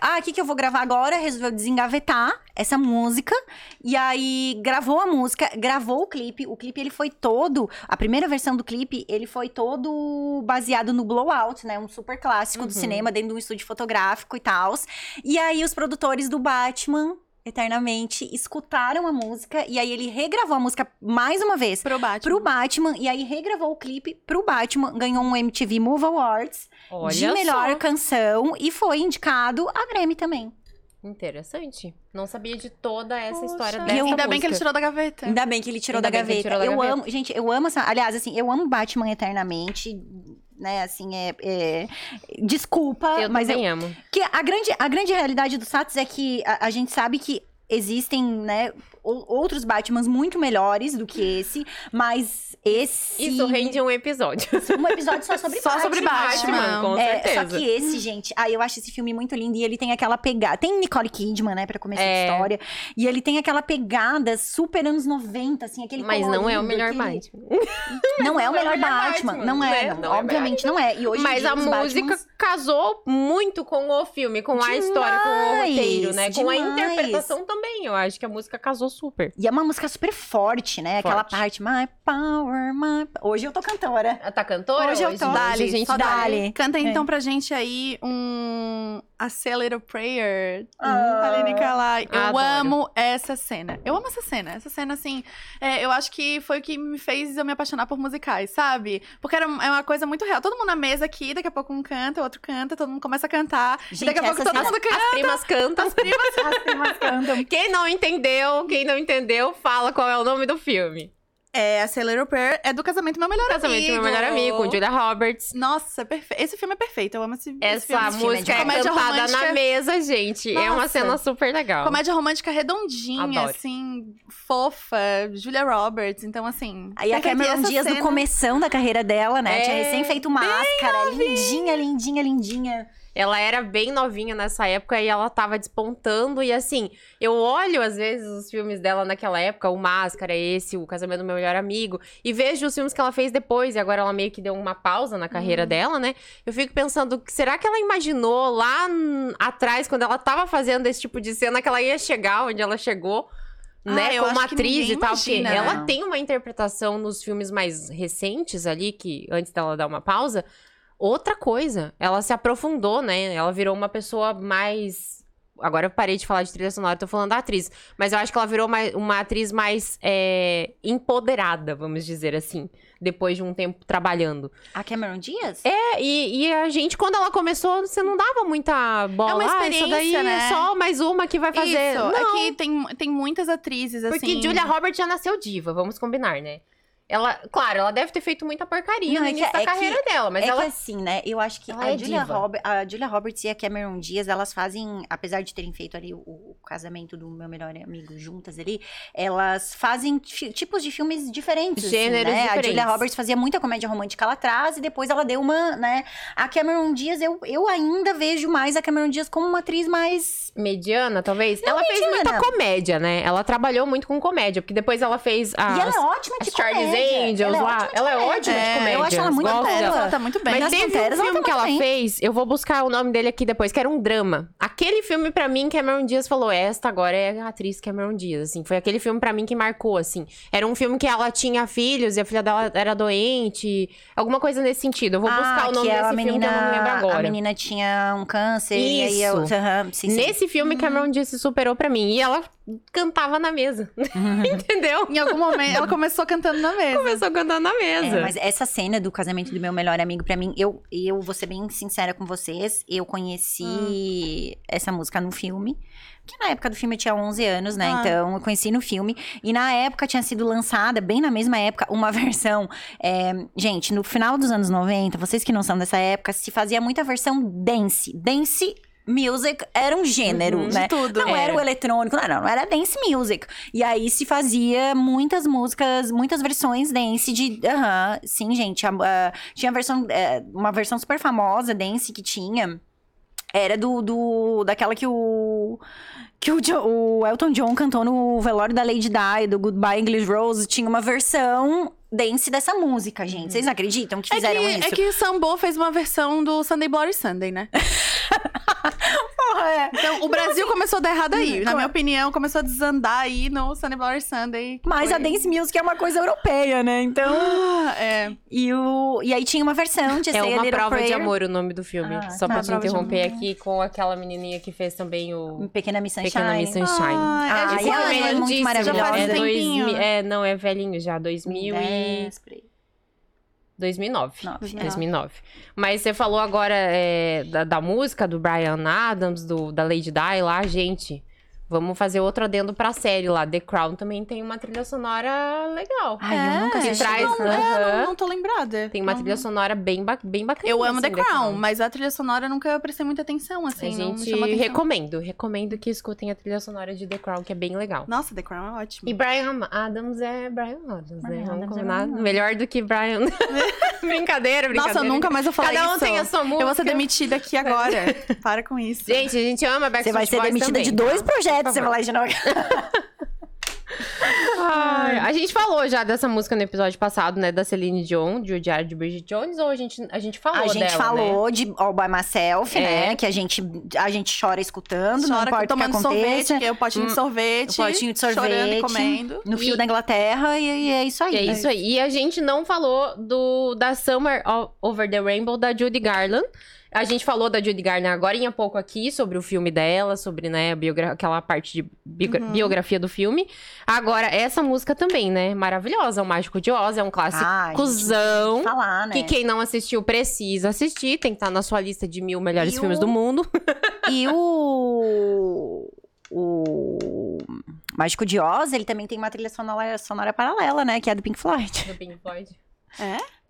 Speaker 2: Ah, o que, que eu vou gravar agora? Resolveu desengavetar essa música. E aí, gravou a música, gravou o clipe. O clipe, ele foi todo... A primeira versão do clipe, ele foi todo baseado no Blowout, né? Um super clássico do
Speaker 1: Uhum.
Speaker 2: cinema, dentro de um estúdio fotográfico e tal. E aí, os produtores do Batman... Eternamente, escutaram a música e aí ele regravou a música mais uma vez
Speaker 3: Pro Batman.
Speaker 2: pro Batman e aí regravou o clipe pro Batman, ganhou um MTV Move Awards
Speaker 1: Olha
Speaker 2: de melhor
Speaker 1: só.
Speaker 2: canção e foi indicado a Grammy também.
Speaker 1: Interessante. Não sabia de toda essa
Speaker 3: Poxa.
Speaker 1: história
Speaker 3: E
Speaker 1: dessa
Speaker 2: eu-
Speaker 3: Ainda
Speaker 1: música.
Speaker 3: bem que ele tirou da gaveta.
Speaker 2: Ainda bem que ele tirou
Speaker 1: Ainda
Speaker 2: da
Speaker 1: bem que ele
Speaker 2: gaveta.
Speaker 1: tirou da
Speaker 2: eu
Speaker 1: gaveta.
Speaker 2: amo, gente, eu amo essa, aliás, assim, eu amo Batman eternamente, né, assim, é, é- desculpa,
Speaker 1: Eu
Speaker 2: mas eu,
Speaker 1: também amo.
Speaker 2: que a grande a grande realidade do Satos é que a, a gente sabe que existem, né, ou- outros Batmans muito melhores do que esse, mas esse
Speaker 1: Isso rende um episódio.
Speaker 2: um episódio só sobre
Speaker 3: Só sobre Batman.
Speaker 1: com
Speaker 2: É,
Speaker 1: certeza.
Speaker 2: só que esse, gente, ah, eu acho esse filme muito lindo e ele tem aquela pegada. Tem Nicole Kidman, né, pra começar
Speaker 1: É.
Speaker 2: a história. E ele tem aquela pegada super anos 90, assim, aquele
Speaker 1: Mas não é o
Speaker 2: colorido,
Speaker 1: melhor
Speaker 2: aquele-
Speaker 1: Batman.
Speaker 2: Não é o melhor Batman. Não é,
Speaker 1: né?
Speaker 2: não,
Speaker 1: Não é
Speaker 2: obviamente não é. E hoje em
Speaker 1: Mas
Speaker 2: dia,
Speaker 1: a
Speaker 2: os
Speaker 1: música
Speaker 2: Batmans-
Speaker 1: casou muito com o filme, com a história, com o
Speaker 2: Demais,
Speaker 1: roteiro, né? Com a
Speaker 2: demais.
Speaker 1: interpretação também. Eu acho que a música casou super.
Speaker 2: E é uma música super forte, né? Aquela
Speaker 1: Forte.
Speaker 2: parte, my power, my... Hoje eu tô cantora.
Speaker 1: Ah, Tá cantora?
Speaker 3: Hoje eu tô.
Speaker 1: Dali,
Speaker 3: Dali,
Speaker 1: gente,
Speaker 3: só
Speaker 1: dali.
Speaker 2: dali.
Speaker 3: Canta então pra gente aí um A Little Prayer.
Speaker 2: Ah.
Speaker 3: Aline Calai. Eu
Speaker 1: Adoro.
Speaker 3: amo essa cena. Eu amo essa cena. Essa cena, assim, é, eu acho que foi o que me fez eu me apaixonar por musicais, sabe? Porque era, é uma coisa muito real. Todo mundo na mesa aqui, daqui a pouco um canta, o outro canta, todo mundo começa a cantar. e
Speaker 2: Gente,
Speaker 3: daqui a pouco
Speaker 2: essa
Speaker 3: todo
Speaker 2: cena-
Speaker 3: mundo canta.
Speaker 1: As primas cantam.
Speaker 2: As primas cantam.
Speaker 1: Quem não entendeu, quem não entendeu, fala qual é o nome do filme.
Speaker 3: É, A Little Prayer é do Casamento Meu Melhor
Speaker 1: Casamento do Meu
Speaker 3: Amigo.
Speaker 1: Melhor Amigo, com Julia Roberts.
Speaker 3: Nossa, perfeito. Esse filme é perfeito. Eu amo esse, esse filme.
Speaker 1: Essa
Speaker 2: filme é
Speaker 1: música
Speaker 2: de
Speaker 1: é
Speaker 3: comédia
Speaker 1: cantada
Speaker 3: romântica.
Speaker 1: na mesa, gente. É uma
Speaker 3: Nossa.
Speaker 1: cena super legal.
Speaker 3: Comédia romântica redondinha,
Speaker 1: Adoro.
Speaker 3: assim, fofa, Julia Roberts, então assim.
Speaker 2: Aí a
Speaker 3: perfeito. E
Speaker 2: Cameron
Speaker 3: essa
Speaker 2: Dias no
Speaker 3: cena-
Speaker 2: começão da carreira dela, né?
Speaker 1: É,
Speaker 2: Tinha recém feito máscara. Lindinha, lindinha, lindinha.
Speaker 1: Ela era bem novinha nessa época e ela tava despontando. E assim, eu olho às vezes os filmes dela naquela época, o Máscara, esse, o Casamento do Meu Melhor Amigo, e vejo os filmes que ela fez depois. E agora ela meio que deu uma pausa na carreira
Speaker 3: Uhum.
Speaker 1: dela, né? Eu fico pensando, será que ela imaginou lá hum, atrás, quando ela tava fazendo esse tipo de cena, que ela ia chegar onde ela chegou?
Speaker 3: Ah,
Speaker 1: Né,
Speaker 3: eu
Speaker 1: como
Speaker 3: acho que
Speaker 1: atriz
Speaker 3: ninguém
Speaker 1: e tal, porque
Speaker 3: imagina,
Speaker 1: ela
Speaker 2: né?
Speaker 1: tem uma interpretação nos filmes mais recentes ali, que antes dela dar uma pausa, outra coisa. Ela se aprofundou, né? Ela virou uma pessoa mais Agora eu parei de falar de trilha sonora, tô falando da atriz. Mas eu acho que ela virou mais- uma atriz mais é, empoderada, vamos dizer assim. Depois de um tempo trabalhando.
Speaker 2: A Cameron Diaz?
Speaker 1: É, e, e a gente, quando ela começou, você não dava muita bola.
Speaker 3: É uma
Speaker 1: "Ah,
Speaker 3: experiência,
Speaker 1: essa daí é
Speaker 3: né?"
Speaker 1: só mais uma que vai
Speaker 2: é
Speaker 1: fazer.
Speaker 3: Isso,
Speaker 1: Não,
Speaker 3: aqui tem, tem muitas atrizes, assim.
Speaker 1: porque Julia Roberts já nasceu diva, vamos combinar, né? Ela, claro, ela deve ter feito muita porcaria
Speaker 2: Não,
Speaker 1: no
Speaker 2: é que-
Speaker 1: início da
Speaker 2: é que-
Speaker 1: carreira dela, mas
Speaker 2: é
Speaker 1: ela
Speaker 2: que assim, né? Eu acho que
Speaker 1: Ela
Speaker 2: a,
Speaker 1: é
Speaker 2: Julia
Speaker 1: diva.
Speaker 2: Rob- a Julia Roberts e a Cameron Diaz, elas fazem, apesar de terem feito ali o, o casamento do meu melhor amigo juntas ali, elas fazem fi- tipos de filmes diferentes. assim,
Speaker 1: Gêneros
Speaker 2: né? A Julia
Speaker 1: diferentes.
Speaker 2: Roberts fazia muita comédia romântica lá atrás e depois ela deu uma, né? A Cameron Diaz, eu, eu ainda vejo mais a Cameron Diaz como uma atriz mais.
Speaker 1: mediana, talvez. ela fez
Speaker 2: é mediana.
Speaker 1: muita comédia, né? Ela trabalhou muito com comédia, porque depois ela fez a
Speaker 2: e ela é ótima
Speaker 1: Ah,
Speaker 2: de
Speaker 1: as Charlie's
Speaker 2: comédia.
Speaker 1: Angels
Speaker 2: ela é
Speaker 1: lá.
Speaker 2: ótima de
Speaker 1: Ela é
Speaker 2: comédia.
Speaker 1: ótima de
Speaker 2: Eu acho ela
Speaker 1: comédia,
Speaker 2: muito
Speaker 1: gosto
Speaker 2: boa.
Speaker 1: dela.
Speaker 3: Ela tá muito bem.
Speaker 1: Mas
Speaker 2: Nas
Speaker 1: teve
Speaker 2: Panteras
Speaker 1: um
Speaker 2: ela
Speaker 1: filme
Speaker 2: tá
Speaker 1: que ela
Speaker 2: muito bem.
Speaker 1: fez, eu vou buscar o nome dele aqui depois, que era um drama. Aquele filme, pra mim, Cameron Diaz falou, esta agora é a atriz Cameron Diaz, assim. Foi aquele filme, pra mim, que marcou, assim. Era um filme que ela tinha filhos e a filha dela era doente. Alguma coisa nesse sentido. Eu vou buscar
Speaker 2: Ah,
Speaker 1: o nome
Speaker 2: que ela-
Speaker 1: desse
Speaker 2: a
Speaker 1: filme que eu não me lembro
Speaker 2: menina-
Speaker 1: agora.
Speaker 2: A menina tinha um câncer e aí eu...
Speaker 1: Isso.
Speaker 2: Aham, sim, Uhum. sim.
Speaker 1: Nesse filme, Cameron Diaz se superou pra mim. E ela cantava na mesa, entendeu?
Speaker 3: Em algum momento, ela começou cantando na mesa.
Speaker 1: Começou cantando na
Speaker 2: É,
Speaker 1: mesa.
Speaker 2: mas essa cena do casamento do meu melhor amigo, pra mim, eu, eu vou ser bem sincera com vocês, eu conheci
Speaker 1: Hum.
Speaker 2: essa música no filme. Porque na época do filme eu tinha 11 anos, né?
Speaker 3: Ah.
Speaker 2: Então eu conheci no filme. E na época tinha sido lançada, bem na mesma época, uma versão. é, gente, no final dos anos 90, vocês que não são dessa época, se fazia muita versão dance. Dance music era um gênero,
Speaker 1: Uhum.
Speaker 2: né?
Speaker 3: De tudo.
Speaker 2: Não era
Speaker 1: Era.
Speaker 2: o eletrônico, não, não, não era dance music. E aí se fazia muitas músicas, muitas versões dance de. Aham, sim, gente. a- a- tinha versão, é, uma versão super famosa dance que tinha. Era do, do- daquela que o. Que o, Jo- o Elton John cantou no velório da Lady Di, do Goodbye English Rose. Tinha uma versão dance dessa música, gente. Vocês acreditam que fizeram
Speaker 3: Uhum. é que,
Speaker 2: isso?
Speaker 3: É que Sambo fez uma versão do Sunday Bloody Sunday, né?
Speaker 2: Porra, é.
Speaker 3: Então, o Brasil começou a dar errado aí.
Speaker 2: Hum,
Speaker 3: Na
Speaker 2: claro.
Speaker 3: minha opinião, começou a desandar aí no Sunday Bloody Sunday. que
Speaker 2: Mas
Speaker 3: foi-
Speaker 2: a dance music é uma coisa europeia, né? Então.
Speaker 3: Ah, é.
Speaker 2: E, o, e aí tinha uma versão de
Speaker 1: É
Speaker 2: Say a
Speaker 1: uma
Speaker 2: Little
Speaker 1: prova de
Speaker 2: Prayer,
Speaker 1: amor o nome do filme.
Speaker 2: Ah,
Speaker 1: Só pra
Speaker 3: tá. Uma
Speaker 1: te
Speaker 3: prova de
Speaker 1: interromper aqui com aquela menininha que fez também o
Speaker 2: Um Pequena Miss Sunshine.
Speaker 1: Pequena Miss Sunshine.
Speaker 2: Ah,
Speaker 3: Ah, é,
Speaker 2: e ela é
Speaker 3: é
Speaker 2: muito maravilhosa.
Speaker 3: Já faz um
Speaker 1: é, dois
Speaker 3: tempinho.
Speaker 1: mi- é, não, é velhinho já, 2000 e...
Speaker 2: 2010, por aí.
Speaker 1: 2009.
Speaker 2: Nove, né?
Speaker 1: 2009. Mas você falou agora é, da, da música do Brian Adams, do, da Lady Di lá, gente. Vamos fazer outro adendo pra série lá. The Crown também tem uma trilha sonora legal.
Speaker 2: Ai,
Speaker 3: É,
Speaker 2: eu nunca
Speaker 1: que
Speaker 2: assisti.
Speaker 1: traz.
Speaker 3: Não, é,
Speaker 1: aham.
Speaker 3: não, não tô lembrada.
Speaker 1: Tem uma
Speaker 3: Não-
Speaker 1: trilha sonora bem, ba bem bacana.
Speaker 3: então. Eu amo The
Speaker 1: assim,
Speaker 3: Crown, mas a trilha sonora eu nunca prestei muita atenção, assim.
Speaker 1: a
Speaker 3: não me
Speaker 1: gente
Speaker 3: chamou atenção.
Speaker 1: recomendo, recomendo que escutem a trilha sonora de The Crown, que é bem legal.
Speaker 3: Nossa, The Crown é ótimo.
Speaker 1: E Brian Adams é Brian Adams, né?
Speaker 2: Brian
Speaker 1: Vamos
Speaker 2: Adams é
Speaker 1: combinar.
Speaker 2: Brian Adams.
Speaker 1: melhor do que Brian. brincadeira, brincadeira.
Speaker 3: Nossa, nunca mais eu falar
Speaker 1: Cada um
Speaker 3: isso.
Speaker 1: tem a sua música.
Speaker 3: Eu vou ser demitida aqui agora. Para com isso.
Speaker 1: Gente, a gente ama Backstreet
Speaker 2: Você vai ser
Speaker 1: Boys
Speaker 2: demitida
Speaker 1: também,
Speaker 2: de dois
Speaker 1: tá?
Speaker 2: projetos,
Speaker 1: Por
Speaker 2: você
Speaker 1: favor.
Speaker 2: vai lá de novo.
Speaker 1: Ai, a gente falou já dessa música no episódio passado, né? Da Celine Dion, de O Diário de Bridget Jones, ou a gente, a gente falou
Speaker 2: A gente
Speaker 1: dela, né?
Speaker 2: falou de All By Myself, né?
Speaker 1: É.
Speaker 2: Que a gente, a gente chora escutando,
Speaker 3: Na
Speaker 2: não
Speaker 3: hora que eu
Speaker 2: importa o que
Speaker 3: tomando
Speaker 2: aconteça.
Speaker 3: sorvete, que é o potinho de sorvete.
Speaker 2: o potinho de
Speaker 3: Chorando
Speaker 2: sorvete.
Speaker 3: e comendo.
Speaker 2: No fio
Speaker 1: E-
Speaker 2: da Inglaterra, e, e é isso aí.
Speaker 1: E é isso aí. E a gente não falou do da Summer O- Over the Rainbow da Judy Garland. A gente falou da Judy Garland agora em um pouco aqui, sobre o filme dela, sobre né, a biogra- aquela parte de biogra- biografia do filme. Agora, essa música também, né? Maravilhosa. O Mágico de Oz é um
Speaker 2: Ah,
Speaker 1: clássicozão.
Speaker 2: Falar, né?
Speaker 1: Que quem não assistiu precisa assistir, tem que estar na sua lista de mil melhores
Speaker 2: E
Speaker 1: filmes
Speaker 2: o-
Speaker 1: do mundo. é?
Speaker 2: E o. O Mágico de Oz, ele também tem uma trilha sonora, sonora paralela, né? Que é a do Pink Floyd.
Speaker 1: Do Pink Floyd.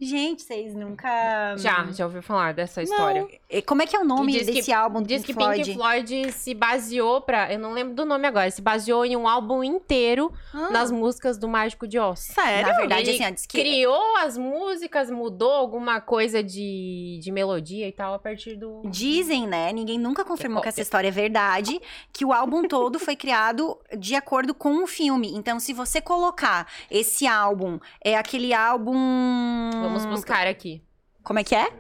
Speaker 2: Gente, vocês nunca.
Speaker 1: Já, já ouviu falar dessa
Speaker 3: Não.
Speaker 1: história.
Speaker 2: E Como é que é o nome
Speaker 1: Que diz que-
Speaker 2: desse álbum do
Speaker 1: Diz
Speaker 2: Pink
Speaker 1: que
Speaker 2: Floyd?
Speaker 1: Pink Floyd se baseou pra. Eu não lembro do nome agora. Se baseou em um álbum inteiro
Speaker 3: Ah,
Speaker 1: nas músicas do Mágico de Oz.
Speaker 3: Sério?
Speaker 2: Na
Speaker 1: Ele
Speaker 2: verdade, assim, ó, diz que
Speaker 1: Criou as músicas, mudou alguma coisa de, de melodia e tal a partir do.
Speaker 2: Dizem, né? Ninguém nunca confirmou
Speaker 1: É
Speaker 2: que essa
Speaker 1: cópia.
Speaker 2: história é verdade, que o álbum todo foi criado de acordo com o filme. Então, se você colocar esse álbum, é aquele álbum.
Speaker 1: Vamos
Speaker 2: Hum.
Speaker 1: buscar aqui.
Speaker 2: Como é que é?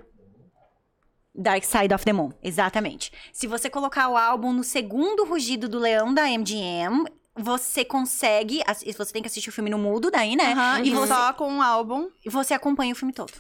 Speaker 2: Dark Side of the Moon, exatamente. Se você colocar o álbum no segundo rugido do leão da MGM, você consegue. ass- Você tem que assistir o filme no mudo, daí, né?
Speaker 3: Aham,
Speaker 1: uhum.
Speaker 2: E
Speaker 3: e
Speaker 2: você-
Speaker 3: só com um álbum.
Speaker 2: E você acompanha o filme todo.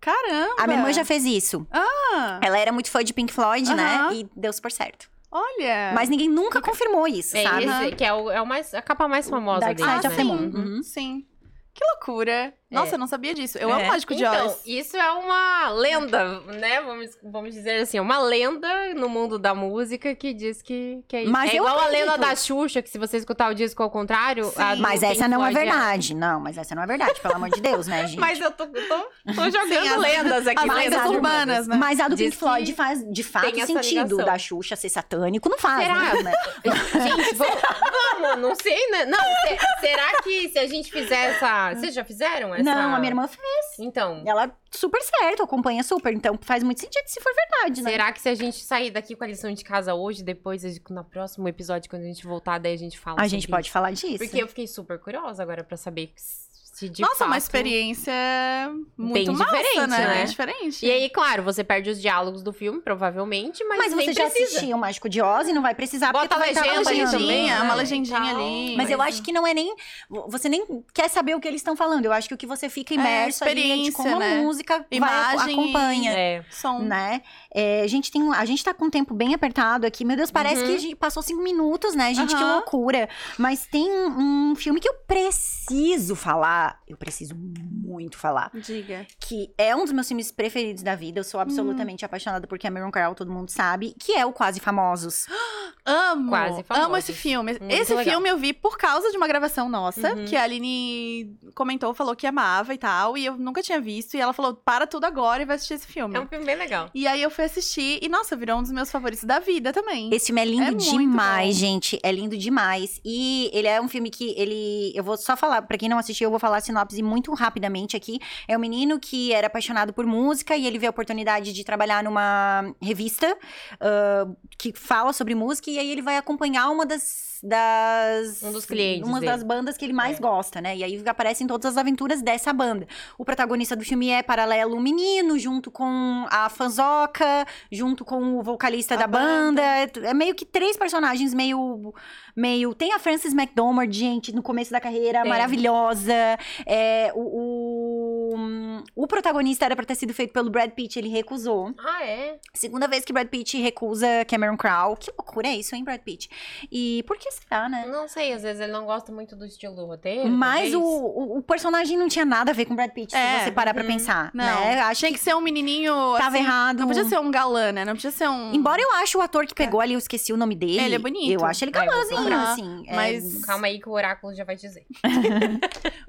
Speaker 3: Caramba!
Speaker 2: A minha irmã já fez isso.
Speaker 3: Ah,
Speaker 2: Ela era muito fã de Pink Floyd, né?
Speaker 3: Aham. É.
Speaker 2: E deu super certo.
Speaker 3: Olha!
Speaker 2: Mas ninguém nunca confirmou isso,
Speaker 1: É
Speaker 2: sabe?
Speaker 1: esse, que é, o, é o mais, a capa mais famosa
Speaker 2: Dark
Speaker 1: deles,
Speaker 2: Side
Speaker 1: né?
Speaker 2: of the Moon.
Speaker 3: Sim.
Speaker 2: Uhum.
Speaker 3: Sim. Que loucura. Nossa, eu não sabia disso. Eu
Speaker 2: É.
Speaker 3: amo Mágico de
Speaker 1: Então,
Speaker 3: Oz.
Speaker 1: isso é uma lenda, né? Vamos, vamos dizer assim, uma lenda no mundo da música que diz que, que é isso.
Speaker 2: Mas
Speaker 1: é
Speaker 2: eu
Speaker 1: igual a
Speaker 2: acredito.
Speaker 1: lenda da Xuxa, que se você escutar o disco ao contrário...
Speaker 3: Sim.
Speaker 1: a do
Speaker 2: Mas
Speaker 1: Pink
Speaker 2: essa não é
Speaker 1: Floyd
Speaker 2: verdade. Não, mas essa não é verdade, pelo amor de Deus, né, gente?
Speaker 1: Mas eu tô, tô, tô
Speaker 3: Sim,
Speaker 1: jogando
Speaker 3: as-
Speaker 1: lendas aqui.
Speaker 3: as
Speaker 2: mas
Speaker 1: lendas
Speaker 3: lendas
Speaker 2: a do-
Speaker 3: urbanas, né?
Speaker 2: Mas a do
Speaker 1: Diz
Speaker 2: Pink Floyd
Speaker 1: que
Speaker 2: faz de fato
Speaker 1: essa
Speaker 2: sentido.
Speaker 1: ligação.
Speaker 2: Da Xuxa ser satânico não faz,
Speaker 1: Será?
Speaker 2: né? né?
Speaker 1: Gente, vamos, vamos, não sei, né? Não, se- será que se a gente fizer essa... Vocês já fizeram essa?
Speaker 2: Não, a minha irmã fez.
Speaker 1: Então,
Speaker 2: Ela super certo, acompanha super. Então faz muito sentido se for verdade, né?
Speaker 1: será que se a gente sair daqui com a lição de casa hoje, depois, no próximo episódio, quando a gente voltar, daí a gente fala
Speaker 2: A
Speaker 1: sobre
Speaker 2: gente pode falar disso.
Speaker 1: Porque eu fiquei super curiosa agora pra saber se de
Speaker 3: Nossa, uma
Speaker 1: fato-
Speaker 3: experiência muito
Speaker 1: Bem
Speaker 3: massa,
Speaker 1: diferente,
Speaker 3: né?
Speaker 1: né?
Speaker 3: É diferente.
Speaker 1: E aí, claro, você perde os diálogos do filme, provavelmente, mas,
Speaker 2: Mas
Speaker 1: nem
Speaker 2: você já
Speaker 1: precisa.
Speaker 2: assistiu o Mágico de Oz e não vai precisar
Speaker 1: Bota
Speaker 2: porque tu vai
Speaker 1: a
Speaker 2: estar É.
Speaker 1: legenda,
Speaker 2: legendando.
Speaker 1: também,
Speaker 3: legendinha,
Speaker 1: né?
Speaker 3: uma legendinha
Speaker 1: Então,
Speaker 3: ali.
Speaker 2: Mas eu
Speaker 1: Mas,
Speaker 2: acho que não é nem. Você nem quer saber o que eles estão falando. Eu acho que o que você fica imerso ali é de como
Speaker 3: experiência, né?
Speaker 2: a música vai,
Speaker 3: Imagem e-
Speaker 2: acompanha.
Speaker 1: É.
Speaker 3: Som.
Speaker 2: Né? É, a, gente tem, um- a gente tá com um tempo bem apertado aqui. Meu Deus, parece
Speaker 1: Uhum.
Speaker 2: que a gente passou cinco minutos, né, gente? Que
Speaker 3: Aham.
Speaker 2: loucura. Mas tem um um filme que eu preciso falar. Eu preciso muito falar.
Speaker 3: Diga.
Speaker 2: Que é um dos meus filmes preferidos da vida.
Speaker 3: Hum.
Speaker 2: Eu sou absolutamente apaixonada por Cameron Crowe, todo mundo sabe. Que é o Quase Famosos.
Speaker 3: Amo.
Speaker 1: Quase
Speaker 3: amo
Speaker 1: famosos.
Speaker 3: esse filme.
Speaker 1: Muito
Speaker 3: esse
Speaker 1: legal.
Speaker 3: filme eu vi por causa de uma gravação nossa,
Speaker 1: Uhum.
Speaker 3: que a Aline comentou, falou que amava e tal, e eu nunca tinha visto, e ela falou: "Para tudo agora e vai assistir esse filme".
Speaker 1: É um filme bem legal.
Speaker 3: E aí eu fui assistir e nossa, virou um dos meus favoritos da vida também.
Speaker 2: Esse filme é lindo
Speaker 3: É muito
Speaker 2: demais,
Speaker 3: bom.
Speaker 2: gente. É lindo demais. E ele é um filme que ele. Eu vou só falar, pra quem não assistiu, eu vou falar a sinopse muito rapidamente aqui. É um menino que era apaixonado por música e ele vê a oportunidade de trabalhar numa revista ah, que fala sobre música. E aí ele vai acompanhar uma das. das
Speaker 1: Um dos clientes
Speaker 2: Uma
Speaker 1: dele.
Speaker 2: das bandas que ele mais
Speaker 1: É.
Speaker 2: gosta, né? E aí aparecem todas as aventuras dessa banda. O protagonista do filme é paralelo um menino, junto com a fanzoca junto com o vocalista
Speaker 3: A
Speaker 2: da banda. É é meio que três personagens meio. meio... Tem a Frances McDormand, gente, no começo da carreira,
Speaker 1: Tem.
Speaker 2: maravilhosa. É, o, o, o protagonista era pra ter sido feito pelo Brad Pitt, ele recusou.
Speaker 1: Ah, é?
Speaker 2: Segunda vez que Brad Pitt recusa Cameron Crowe. Que loucura é isso, hein, Brad Pitt? E por que será, né?
Speaker 1: Não sei, às vezes ele não gosta muito do estilo do
Speaker 3: Hum,
Speaker 1: roteiro.
Speaker 2: Mas
Speaker 1: talvez.
Speaker 2: o, o, o personagem não tinha nada a ver com Brad Pitt, se
Speaker 3: É,
Speaker 2: você parar pra
Speaker 3: uhum.
Speaker 2: pensar.
Speaker 3: Não,
Speaker 2: né? Acho
Speaker 3: tinha que, ser um menininho
Speaker 2: tava
Speaker 3: assim,
Speaker 2: errado.
Speaker 3: Não podia ser um galã, né? Não podia ser um
Speaker 2: É. Embora eu ache o ator que pegou ali, eu esqueci o nome dele.
Speaker 3: Ele é bonito.
Speaker 2: Eu acho ele
Speaker 1: É, eu
Speaker 2: galãozinho,
Speaker 3: gosto. Aham,
Speaker 2: assim. é,
Speaker 3: mas-
Speaker 1: Calma aí que o oráculo já vai dizer.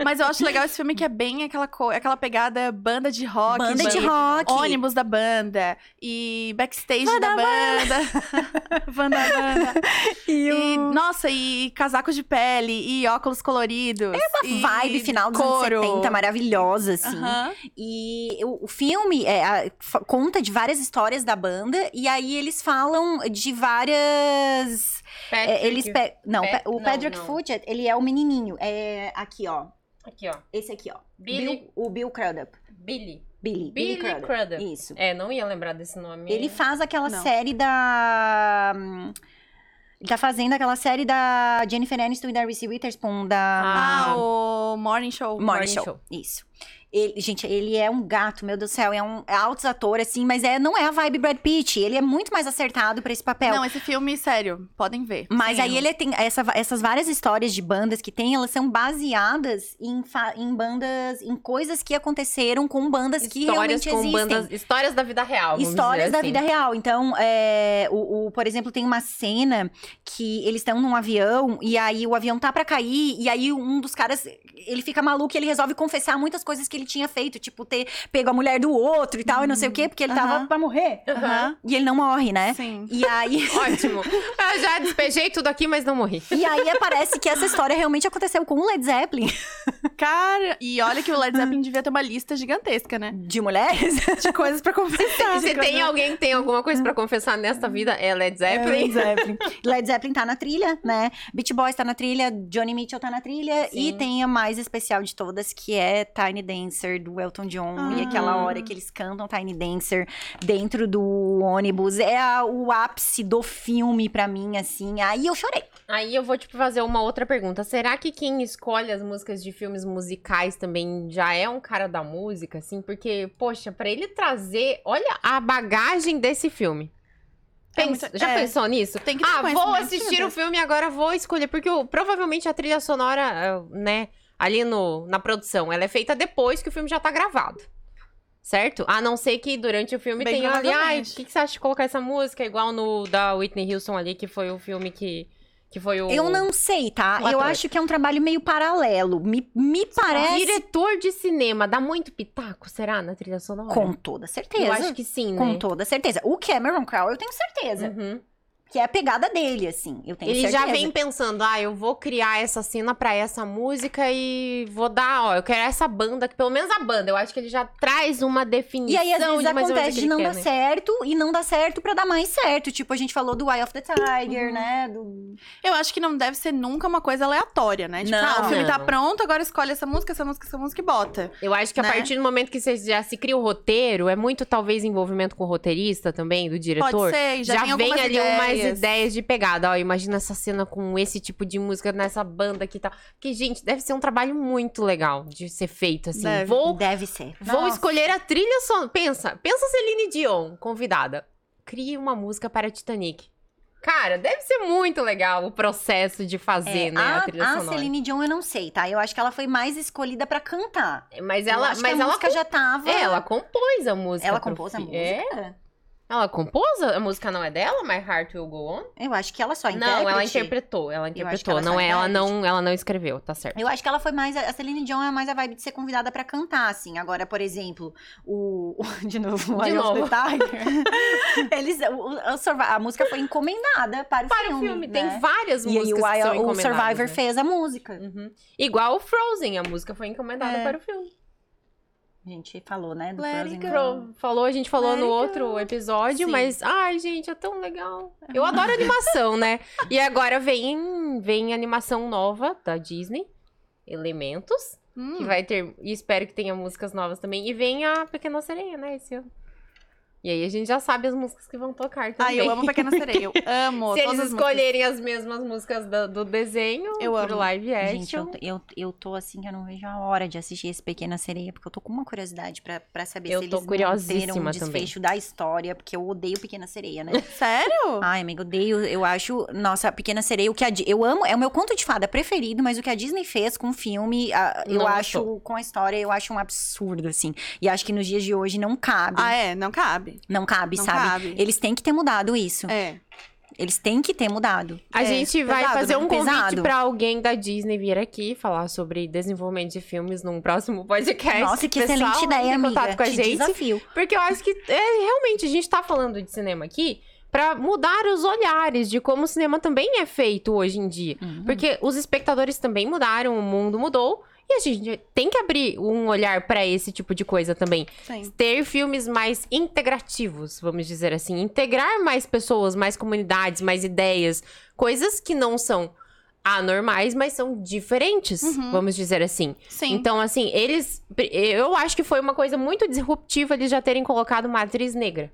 Speaker 3: Mas eu acho legal esse filme que é bem aquela, co- aquela pegada banda de rock. tipo,
Speaker 2: banda de rock.
Speaker 3: Ônibus da banda. E backstage da banda. Banda, banda.
Speaker 2: E
Speaker 3: E, nossa, e casacos de pele. E óculos coloridos. É
Speaker 2: uma vibe final dos
Speaker 3: couro.
Speaker 2: anos 70 maravilhosa, assim. E o, o filme é, a- fa- conta de várias histórias da banda. E aí eles falam de várias...
Speaker 1: Patrick,
Speaker 2: é, eles pe- Não,
Speaker 1: Pat-
Speaker 2: pe- o
Speaker 1: não,
Speaker 2: Patrick
Speaker 1: não.
Speaker 2: Fugit, ele é o menininho. É aqui, ó.
Speaker 1: Aqui, ó.
Speaker 2: Esse aqui, ó.
Speaker 1: Billy.
Speaker 2: Bill- o Bill Crudup.
Speaker 1: Billy.
Speaker 2: Billy.
Speaker 1: Billy Crudup.
Speaker 2: Isso.
Speaker 1: É, não ia lembrar desse nome.
Speaker 2: Ele faz aquela
Speaker 3: Não.
Speaker 2: série da. hum, Ele tá fazendo aquela série da Jennifer Aniston e da Reese Witherspoon da
Speaker 3: Ah, o Morning Show.
Speaker 2: Morning,
Speaker 1: Morning
Speaker 2: Show.
Speaker 1: Show.
Speaker 2: Isso. Ele- gente, ele é um gato, meu Deus do céu. É um é alto ator, assim, mas é, não é a vibe Brad Pitt. Ele é muito mais acertado pra esse papel.
Speaker 3: Não, é esse filme, sério. Podem ver.
Speaker 2: mas
Speaker 3: Sim.
Speaker 2: aí é, ele tem essa- essas várias histórias de bandas que tem, elas são baseadas em, fa- em bandas, em coisas que aconteceram com bandas que
Speaker 1: Histórias
Speaker 2: realmente
Speaker 1: com
Speaker 2: existem.
Speaker 1: bandas. Histórias da vida real. vamos
Speaker 2: Histórias
Speaker 1: dizer
Speaker 2: da
Speaker 1: assim.
Speaker 2: vida real. Então, é, o, o- por exemplo, tem uma cena que eles estão num avião e aí o avião tá pra cair e aí um dos caras, ele fica maluco e ele resolve confessar muitas coisas que ele tinha feito, tipo ter pego a mulher do outro e tal, e não sei o quê, porque ele tava
Speaker 3: aham.
Speaker 2: pra morrer.
Speaker 3: Aham.
Speaker 2: E ele não morre, né?
Speaker 3: Sim.
Speaker 2: E aí,
Speaker 1: Ótimo. Eu já despejei tudo aqui, mas não morri.
Speaker 2: e aí aparece que essa história realmente aconteceu com o Led Zeppelin
Speaker 3: Cara, e olha que o Led Zeppelin devia ter uma lista gigantesca, né?
Speaker 2: de mulheres.
Speaker 3: De coisas pra confessar.
Speaker 1: Se
Speaker 3: de
Speaker 1: tem
Speaker 3: coisa-
Speaker 1: alguém que tem alguma coisa pra confessar nesta vida, é Led Zeppelin.
Speaker 2: Zeppelin. Led Zeppelin tá na trilha, né? Beach Boys tá na trilha, Johnny Mitchell tá na trilha. E
Speaker 1: Sim.
Speaker 2: tem a mais especial de todas, que é Tiny Dancer, do Elton John. E
Speaker 3: Ah.
Speaker 2: aquela hora que eles cantam Tiny Dancer dentro do ônibus. É a- o ápice do filme pra mim, assim. Aí eu chorei.
Speaker 1: Aí eu vou te fazer uma outra pergunta. Será que quem escolhe as músicas de filmes musicais também já é um cara da música, assim? Porque, poxa, pra ele trazer, olha a bagagem desse filme. Pens-
Speaker 3: muito-
Speaker 1: Já
Speaker 3: é.
Speaker 1: pensou nisso?
Speaker 3: Tem que ter
Speaker 1: Ah, vou
Speaker 3: conhecimento,
Speaker 1: assistir
Speaker 3: né?
Speaker 1: o filme e agora vou escolher. Porque o- provavelmente a trilha sonora, eh, né, ali no, na produção, ela é feita depois que o filme já tá gravado. Certo? A não ser que durante o filme
Speaker 3: Bem
Speaker 1: tenha ali. Ai, o
Speaker 3: provavelmente.
Speaker 1: que, que você acha de colocar essa música? Igual no da Whitney Houston ali, que foi o filme que. Que foi o.
Speaker 2: Eu não sei, tá?
Speaker 1: Uma
Speaker 2: eu
Speaker 1: treta.
Speaker 2: acho que é um trabalho meio paralelo. Me, me parece.
Speaker 1: Diretor de cinema, dá muito pitaco, será? Na trilha sonora?
Speaker 2: Com toda certeza.
Speaker 1: Eu acho que sim, né?
Speaker 2: Com toda certeza. O Cameron Crowe, eu tenho certeza.
Speaker 1: Uhum.
Speaker 2: Que é a pegada dele, assim. Eu tenho
Speaker 1: Ele
Speaker 2: certeza.
Speaker 1: já vem pensando, ah, eu vou criar essa cena pra essa música e vou dar, ó, eu quero essa banda, que pelo menos a banda, eu acho que ele já traz uma definição
Speaker 2: E aí, às vezes,
Speaker 1: de mais ou menos o
Speaker 2: acontece
Speaker 1: que
Speaker 2: de
Speaker 1: ele
Speaker 2: não
Speaker 1: quer,
Speaker 2: dar
Speaker 1: né?
Speaker 2: certo e não dá certo pra dar mais certo. Tipo, a gente falou do Eye of the
Speaker 1: Uhum.
Speaker 2: Tiger, né? Do...
Speaker 3: Eu acho que não deve ser nunca uma coisa aleatória, né? Tipo,
Speaker 2: Não.
Speaker 3: ah, o filme tá
Speaker 1: Não.
Speaker 3: pronto, agora escolhe essa música, essa música, essa música e bota.
Speaker 1: Eu acho que a
Speaker 3: né?
Speaker 1: partir do momento que você já se cria o roteiro, é muito talvez envolvimento com o roteirista também, do diretor.
Speaker 3: Pode ser, e já, tem
Speaker 1: vem
Speaker 3: algumas
Speaker 1: ali
Speaker 3: ideias.
Speaker 1: umas ideias de pegada. Ó, imagina essa cena com esse tipo de música nessa banda que tal. Que, gente, deve ser um trabalho muito legal de ser feito, assim.
Speaker 3: Deve.
Speaker 1: Vou,
Speaker 2: Deve ser.
Speaker 1: vou
Speaker 3: Nossa.
Speaker 1: escolher a trilha sonora. Pensa, pensa Celine Dion, convidada. Crie uma música para Titanic. Cara, deve ser muito legal o processo de fazer,
Speaker 2: É,
Speaker 1: né, a, trilha
Speaker 2: a, a
Speaker 1: sonora.
Speaker 2: Celine Dion, eu não sei, tá? Eu acho que ela foi mais escolhida pra cantar.
Speaker 1: Mas
Speaker 2: Eu
Speaker 1: ela,
Speaker 2: acho que
Speaker 1: mas
Speaker 2: a
Speaker 1: ela,
Speaker 2: música já tava.
Speaker 1: é, ela compôs a música.
Speaker 2: Ela
Speaker 1: pro
Speaker 2: compôs a
Speaker 1: fi-
Speaker 2: música.
Speaker 1: É, ela compôs a a música não é dela, My Heart Will Go On.
Speaker 2: Eu acho que ela só
Speaker 1: É. Não, ela
Speaker 2: interprete.
Speaker 1: interpretou, ela
Speaker 2: que ela
Speaker 1: interpretou.
Speaker 2: só
Speaker 1: não é, ela
Speaker 2: interprete.
Speaker 1: não, ela não escreveu, tá certo.
Speaker 2: Eu acho que ela foi mais. A Celine Dion é mais a vibe de ser convidada pra cantar, assim. Agora, por exemplo, o. o- De novo, o
Speaker 1: De
Speaker 2: Eye of the Tiger. Eles, o- o- o Survi- a música foi encomendada para o
Speaker 1: Para
Speaker 2: filme.
Speaker 1: o filme,
Speaker 2: né?
Speaker 1: tem várias
Speaker 2: E
Speaker 1: músicas
Speaker 2: aí
Speaker 1: que são
Speaker 2: o, o
Speaker 1: encomendadas, né?
Speaker 2: Survivor fez a música.
Speaker 1: Uhum. Igual o Frozen, a música foi encomendada
Speaker 3: É.
Speaker 1: para o filme.
Speaker 2: A gente falou, né? Do
Speaker 3: Let
Speaker 2: Frozen.
Speaker 3: it
Speaker 1: Fro- Falou, a gente falou
Speaker 3: Let
Speaker 1: no
Speaker 3: it go.
Speaker 1: outro episódio,
Speaker 3: Sim.
Speaker 1: mas ai, gente, é tão legal. Eu adoro animação, né? E agora vem vem animação nova da Disney, Elementos,
Speaker 3: Hum.
Speaker 1: que vai ter e espero que tenha músicas novas também e vem a Pequena Sereia, né, esse ano. E aí a gente já sabe as músicas que vão tocar também.
Speaker 3: Ai, Ah, eu amo Pequena Sereia. Eu amo.
Speaker 1: Se
Speaker 3: todas
Speaker 1: eles
Speaker 3: as músicas.
Speaker 1: escolherem as mesmas músicas do, do desenho
Speaker 3: Eu
Speaker 1: pro
Speaker 3: amo.
Speaker 1: live action.
Speaker 2: Gente, eu, eu, eu tô assim que eu não vejo a hora de assistir esse Pequena Sereia, porque eu tô com uma curiosidade pra, pra saber
Speaker 1: Eu
Speaker 2: se
Speaker 1: tô
Speaker 2: eles manteram
Speaker 1: curiosíssima
Speaker 2: um
Speaker 1: também.
Speaker 2: desfecho da história, porque eu odeio Pequena Sereia, né?
Speaker 3: Sério?
Speaker 2: Ai, amiga, odeio. Eu acho. Nossa, a Pequena Sereia, o que a Di- Eu amo, é o meu conto de fada preferido, mas o que a Disney fez com o filme, a- eu
Speaker 1: Não
Speaker 2: acho,
Speaker 1: gostou.
Speaker 2: com a história, eu acho um absurdo, assim. E acho que nos dias de hoje não cabe.
Speaker 3: Ah, é? Não cabe.
Speaker 2: Não cabe,
Speaker 3: Não
Speaker 2: sabe?
Speaker 3: cabe.
Speaker 2: Eles têm que ter mudado isso.
Speaker 3: É.
Speaker 2: Eles têm que ter mudado.
Speaker 1: A
Speaker 3: É,
Speaker 1: gente vai
Speaker 3: pesado,
Speaker 1: fazer
Speaker 3: né?
Speaker 1: um convite
Speaker 2: Pesado.
Speaker 1: pra alguém da Disney vir aqui falar sobre desenvolvimento de filmes num próximo podcast.
Speaker 2: Nossa, que
Speaker 1: Pessoal,
Speaker 2: excelente ideia,
Speaker 1: entre em
Speaker 2: amiga.
Speaker 1: contato com a
Speaker 2: Te
Speaker 1: gente,
Speaker 2: desafio.
Speaker 1: porque eu acho que é, realmente a gente tá falando de cinema aqui pra mudar os olhares de como o cinema também é feito hoje em dia.
Speaker 2: Uhum.
Speaker 1: Porque os espectadores também mudaram, o mundo mudou. E a gente tem que abrir um olhar pra esse tipo de coisa também.
Speaker 3: Sim.
Speaker 1: ter filmes mais integrativos, vamos dizer assim, integrar mais pessoas, mais comunidades, mais ideias, coisas que não são anormais, mas são diferentes,
Speaker 3: Uhum.
Speaker 1: vamos dizer assim.
Speaker 3: Sim.
Speaker 1: Então, assim, eles, eu acho que foi uma coisa muito disruptiva eles já terem colocado uma atriz negra.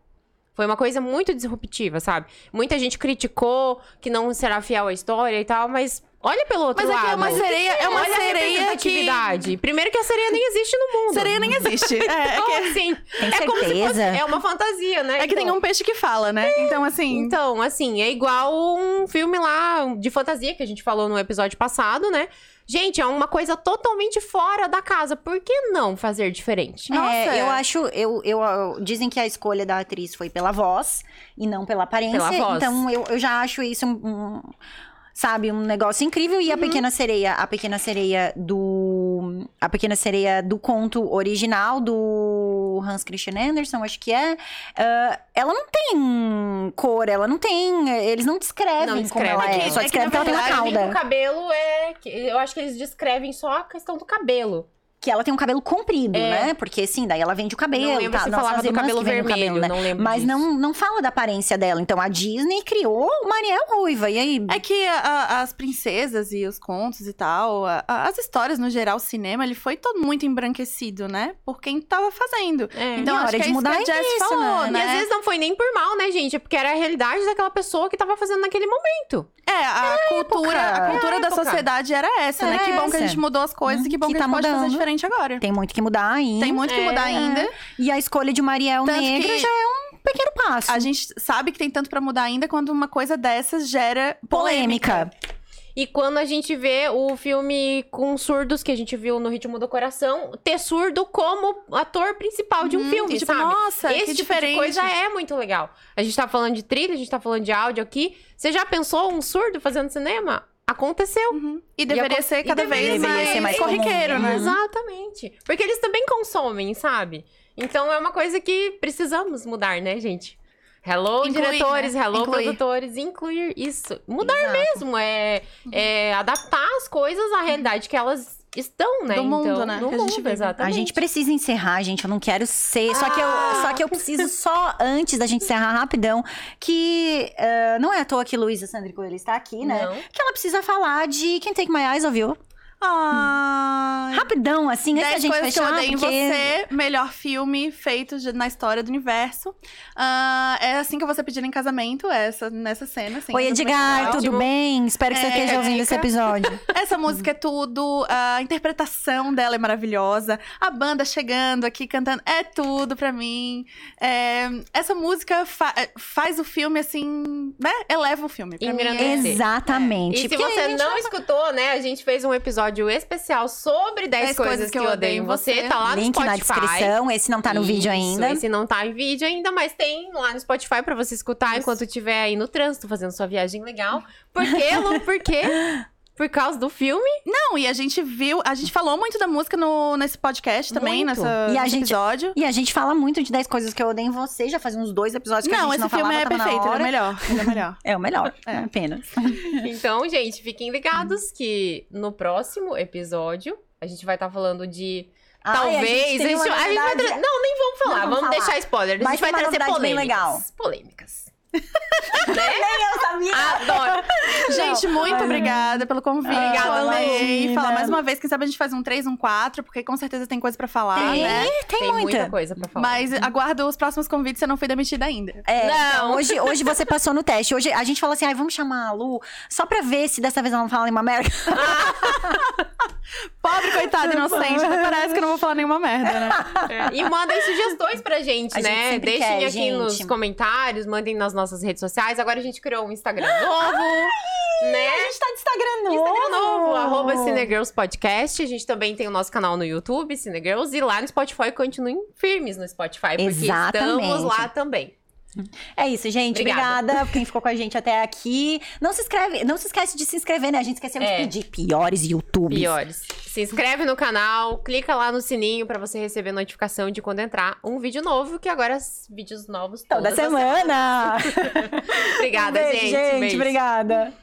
Speaker 1: Foi uma coisa muito disruptiva, sabe? Muita gente criticou que não será fiel à história e tal, mas olha pelo outro
Speaker 3: Mas é
Speaker 1: lado.
Speaker 3: que é uma sereia, é uma
Speaker 1: olha a
Speaker 3: sereia que...
Speaker 1: representatividade. Primeiro que a sereia nem existe no mundo.
Speaker 3: Sereia nem existe. É, é
Speaker 1: Como
Speaker 3: que,
Speaker 1: assim?
Speaker 2: Tem
Speaker 1: É como se
Speaker 2: certeza?
Speaker 1: É uma fantasia, né?
Speaker 3: é que
Speaker 1: Então-
Speaker 3: tem um peixe que fala, né? Então, assim...
Speaker 1: Então, assim, é igual um filme lá de fantasia que a gente falou no episódio passado, né? Gente, é uma coisa totalmente fora da casa. Por que não fazer diferente?
Speaker 3: Nossa,
Speaker 2: é,
Speaker 3: é.
Speaker 2: eu acho, eu, eu, eu- dizem que a escolha da atriz foi pela voz e não pela aparência.
Speaker 1: Pela voz.
Speaker 2: Então eu, eu já acho isso um, um, sabe, um negócio incrível. E a pequena sereia, a pequena sereia do, a pequena sereia do conto original do Hans Christian Andersen, acho que é. ah, ela não tem cor, ela não tem, eles não descrevem,
Speaker 1: Não descrevem.
Speaker 2: como ela
Speaker 1: É
Speaker 2: é,
Speaker 1: que-
Speaker 2: só
Speaker 3: é que,
Speaker 2: descrevem
Speaker 3: na
Speaker 2: que, ela tem uma
Speaker 3: verdade,
Speaker 1: O
Speaker 2: cauda,
Speaker 1: cabelo é. que- Eu acho que eles descrevem só a questão do cabelo.
Speaker 2: que ela tem um cabelo comprido, né? Porque sim, daí ela vende o cabelo,
Speaker 1: não lembro
Speaker 2: tá?
Speaker 1: se
Speaker 2: Nossas
Speaker 1: falava do
Speaker 2: irmãs que
Speaker 1: cabelo
Speaker 2: vendem o
Speaker 1: vermelho,
Speaker 2: né?
Speaker 1: não lembro.
Speaker 2: Mas
Speaker 1: disso.
Speaker 2: não, não fala da aparência dela. Então a Disney criou uma Ariel ruiva. E aí.
Speaker 3: É que a- a- as princesas e os contos e tal, a- a- as histórias no geral, o cinema, ele foi todo muito embranquecido, né? Por quem tava fazendo.
Speaker 1: É.
Speaker 3: Então,
Speaker 2: E a
Speaker 3: acho
Speaker 2: hora
Speaker 3: que
Speaker 2: de
Speaker 3: é
Speaker 2: mudar
Speaker 3: isso que a
Speaker 2: é
Speaker 3: Jess
Speaker 2: isso,
Speaker 3: falou,
Speaker 2: né?
Speaker 1: E às
Speaker 3: né?
Speaker 1: vezes não foi nem por mal, né, gente? É porque era a realidade daquela pessoa que tava fazendo naquele momento.
Speaker 3: É, a cultura,
Speaker 2: época.
Speaker 3: a cultura da
Speaker 1: época. É
Speaker 3: sociedade era essa, né?
Speaker 2: Era
Speaker 3: Que bom que a
Speaker 2: essa.
Speaker 3: gente mudou as coisas,
Speaker 2: Hum,
Speaker 3: que bom que,
Speaker 2: que
Speaker 3: a
Speaker 2: tá
Speaker 3: gente pode fazer
Speaker 2: mudando.
Speaker 3: diferente agora.
Speaker 2: Tem muito que mudar ainda.
Speaker 3: Tem muito que
Speaker 1: É.
Speaker 3: mudar ainda.
Speaker 2: E a escolha de uma Ariel
Speaker 3: Tanto
Speaker 2: negra
Speaker 3: que-
Speaker 2: já é um pequeno passo.
Speaker 3: A gente sabe que tem tanto pra mudar ainda quando uma coisa dessas gera
Speaker 2: Polêmica.
Speaker 1: E quando a gente vê o filme com surdos, que a gente viu no Ritmo do Coração, ter surdo como ator principal de um filme,
Speaker 3: E, tipo,
Speaker 1: sabe?
Speaker 3: nossa,
Speaker 1: Esse
Speaker 3: que
Speaker 1: tipo
Speaker 3: diferente.
Speaker 1: de coisa é muito legal. A gente tá falando de trilha, a gente tá falando de áudio aqui. Você já pensou um surdo fazendo cinema? Aconteceu.
Speaker 3: Uhum. E deveria
Speaker 1: acon-
Speaker 3: ser
Speaker 1: e
Speaker 3: cada
Speaker 1: deveria
Speaker 3: vez
Speaker 1: ser Uhum.
Speaker 3: mais,
Speaker 1: mais comum,
Speaker 2: né?
Speaker 3: corriqueiro, né?
Speaker 1: Exatamente. Porque eles também consomem, sabe? Então é uma coisa que precisamos mudar, né, gente? Hello,
Speaker 3: Incluir,
Speaker 1: diretores,
Speaker 3: né?
Speaker 1: hello,
Speaker 3: Incluir.
Speaker 1: produtores. Incluir isso. Mudar
Speaker 2: Exato.
Speaker 1: mesmo, é, é adaptar as coisas à realidade que elas estão, né?
Speaker 3: Do mundo,
Speaker 1: então,
Speaker 3: né,
Speaker 1: Do
Speaker 3: que a
Speaker 1: mundo,
Speaker 3: gente vive.
Speaker 2: A
Speaker 1: exatamente.
Speaker 2: gente precisa encerrar, gente. Eu não quero ser. Só que eu,
Speaker 1: Ah!
Speaker 2: só que eu preciso, só antes da gente encerrar rapidão, que eh, não é à toa que Luísa Sandri Coelho está aqui, né?
Speaker 1: Não.
Speaker 2: Que ela precisa falar de Quem Take My Eyes, ouviu?
Speaker 3: Ai.
Speaker 2: Rapidão, assim, antes da
Speaker 3: Ah. Dez
Speaker 2: gente
Speaker 3: coisas que eu
Speaker 2: fechar,
Speaker 3: odeio em
Speaker 2: porque...
Speaker 3: você, melhor filme feito de- na história do universo. Ah, é assim que eu vou ser pedida em casamento, é essa, nessa cena. Assim,
Speaker 2: Oi,
Speaker 3: do
Speaker 2: Edgar,
Speaker 1: Ótimo. então.
Speaker 2: tudo bem? Espero que você
Speaker 3: É,
Speaker 2: esteja ouvindo
Speaker 3: dica.
Speaker 2: esse episódio.
Speaker 3: Essa música é tudo, a interpretação dela é maravilhosa, a banda chegando aqui cantando é tudo pra mim. É, essa música fa- é, faz o filme assim, né? Eleva o filme. Pra
Speaker 1: E
Speaker 3: mim é...
Speaker 1: Miranda-
Speaker 2: Exatamente.
Speaker 1: E se
Speaker 2: Porque a
Speaker 1: você
Speaker 2: gente
Speaker 1: não escutou, né? A gente fez um episódio especial sobre 10 coisas, que eu odeio em você. Tá lá
Speaker 2: Link
Speaker 1: no
Speaker 2: na
Speaker 1: Spotify.
Speaker 2: descrição, esse não tá no vídeo
Speaker 1: Isso,
Speaker 2: ainda.
Speaker 1: Esse não tá em vídeo ainda, mas tem lá no Spotify pra você escutar enquanto estiver aí no trânsito, fazendo sua viagem legal. Por quê, Lu? Por quê? Por causa do filme?
Speaker 3: Não, e a gente viu, a gente falou muito da música no, nesse podcast também,
Speaker 1: Muito.
Speaker 3: nessa,
Speaker 2: E a
Speaker 3: nesse
Speaker 2: gente-
Speaker 3: episódio.
Speaker 2: E a gente fala muito de 10 coisas que eu odeio em você, já faz uns dois episódios que a
Speaker 3: Não,
Speaker 2: gente
Speaker 3: esse
Speaker 2: não
Speaker 3: filme
Speaker 2: falava,
Speaker 3: é
Speaker 2: tava na
Speaker 1: né?
Speaker 3: perfeito, ele é
Speaker 2: hora.
Speaker 3: melhor. Ele é melhor.
Speaker 2: É o melhor,
Speaker 3: É.
Speaker 2: apenas.
Speaker 1: Então, gente, fiquem ligados que no próximo episódio a gente vai estar falando de.
Speaker 2: Ai,
Speaker 1: talvez.
Speaker 2: tem uma
Speaker 1: a gente- a gente vai
Speaker 2: novidade.
Speaker 1: tra- Não, nem vamos falar,
Speaker 2: Não,
Speaker 1: vamos,
Speaker 2: vamos falar.
Speaker 1: deixar spoiler. A
Speaker 2: Vai
Speaker 1: gente vai
Speaker 2: ser uma
Speaker 1: trazer
Speaker 2: novidade
Speaker 1: polêmicas.
Speaker 2: bem legal.
Speaker 1: Polêmicas.
Speaker 2: Eu sabia.
Speaker 1: Adoro.
Speaker 3: Gente, muito
Speaker 2: Ai,
Speaker 3: obrigada pelo convite.
Speaker 1: Obrigada,
Speaker 3: Amei
Speaker 2: imagina.
Speaker 3: falar mais uma vez. Quem sabe a gente faz um 3, um 4, porque com certeza tem coisa pra falar,
Speaker 2: Tem,
Speaker 3: né?
Speaker 2: tem,
Speaker 1: Tem
Speaker 2: muita.
Speaker 1: muita coisa pra falar.
Speaker 3: Mas aguardo os próximos convites, eu não fui demitida ainda.
Speaker 2: É,
Speaker 1: Não.
Speaker 2: então, hoje, hoje você passou no teste. Hoje a gente falou assim, ai, vamos chamar a Lu só pra ver se dessa vez ela não fala nenhuma merda.
Speaker 3: Pobre, coitada, inocente. Até parece que eu não vou falar nenhuma merda, né?
Speaker 1: E mandem sugestões pra gente,
Speaker 2: então. A gente
Speaker 1: né?
Speaker 2: sempre
Speaker 1: Deixem
Speaker 2: quer,
Speaker 1: aqui
Speaker 2: gente.
Speaker 1: nos comentários, mandem nas nossas redes sociais. Agora a gente criou um Instagram novo, né?
Speaker 2: gente tá de Instagram novo.
Speaker 1: Instagram novo, arroba Cinegirls Podcast. A gente também tem o nosso canal no YouTube, Cinegirls. E lá no Spotify, continuem firmes no Spotify, porque estamos
Speaker 2: Exatamente.
Speaker 1: lá também.
Speaker 2: É isso, gente.
Speaker 1: Obrigada.
Speaker 2: Obrigada. por quem ficou com a gente até aqui. Não se inscreve, não se esquece de se inscrever, né? A gente esqueceu
Speaker 1: É.
Speaker 2: de pedir piores YouTubes.
Speaker 1: Piores. Se inscreve no canal, clica lá no sininho pra você receber notificação de quando entrar um vídeo novo, que agora s- vídeos novos
Speaker 2: Toda
Speaker 1: todas as-
Speaker 2: semana. Um
Speaker 1: Obrigada,
Speaker 2: Beijo,
Speaker 1: gente.
Speaker 2: gente.
Speaker 1: Beijo.
Speaker 2: Obrigada.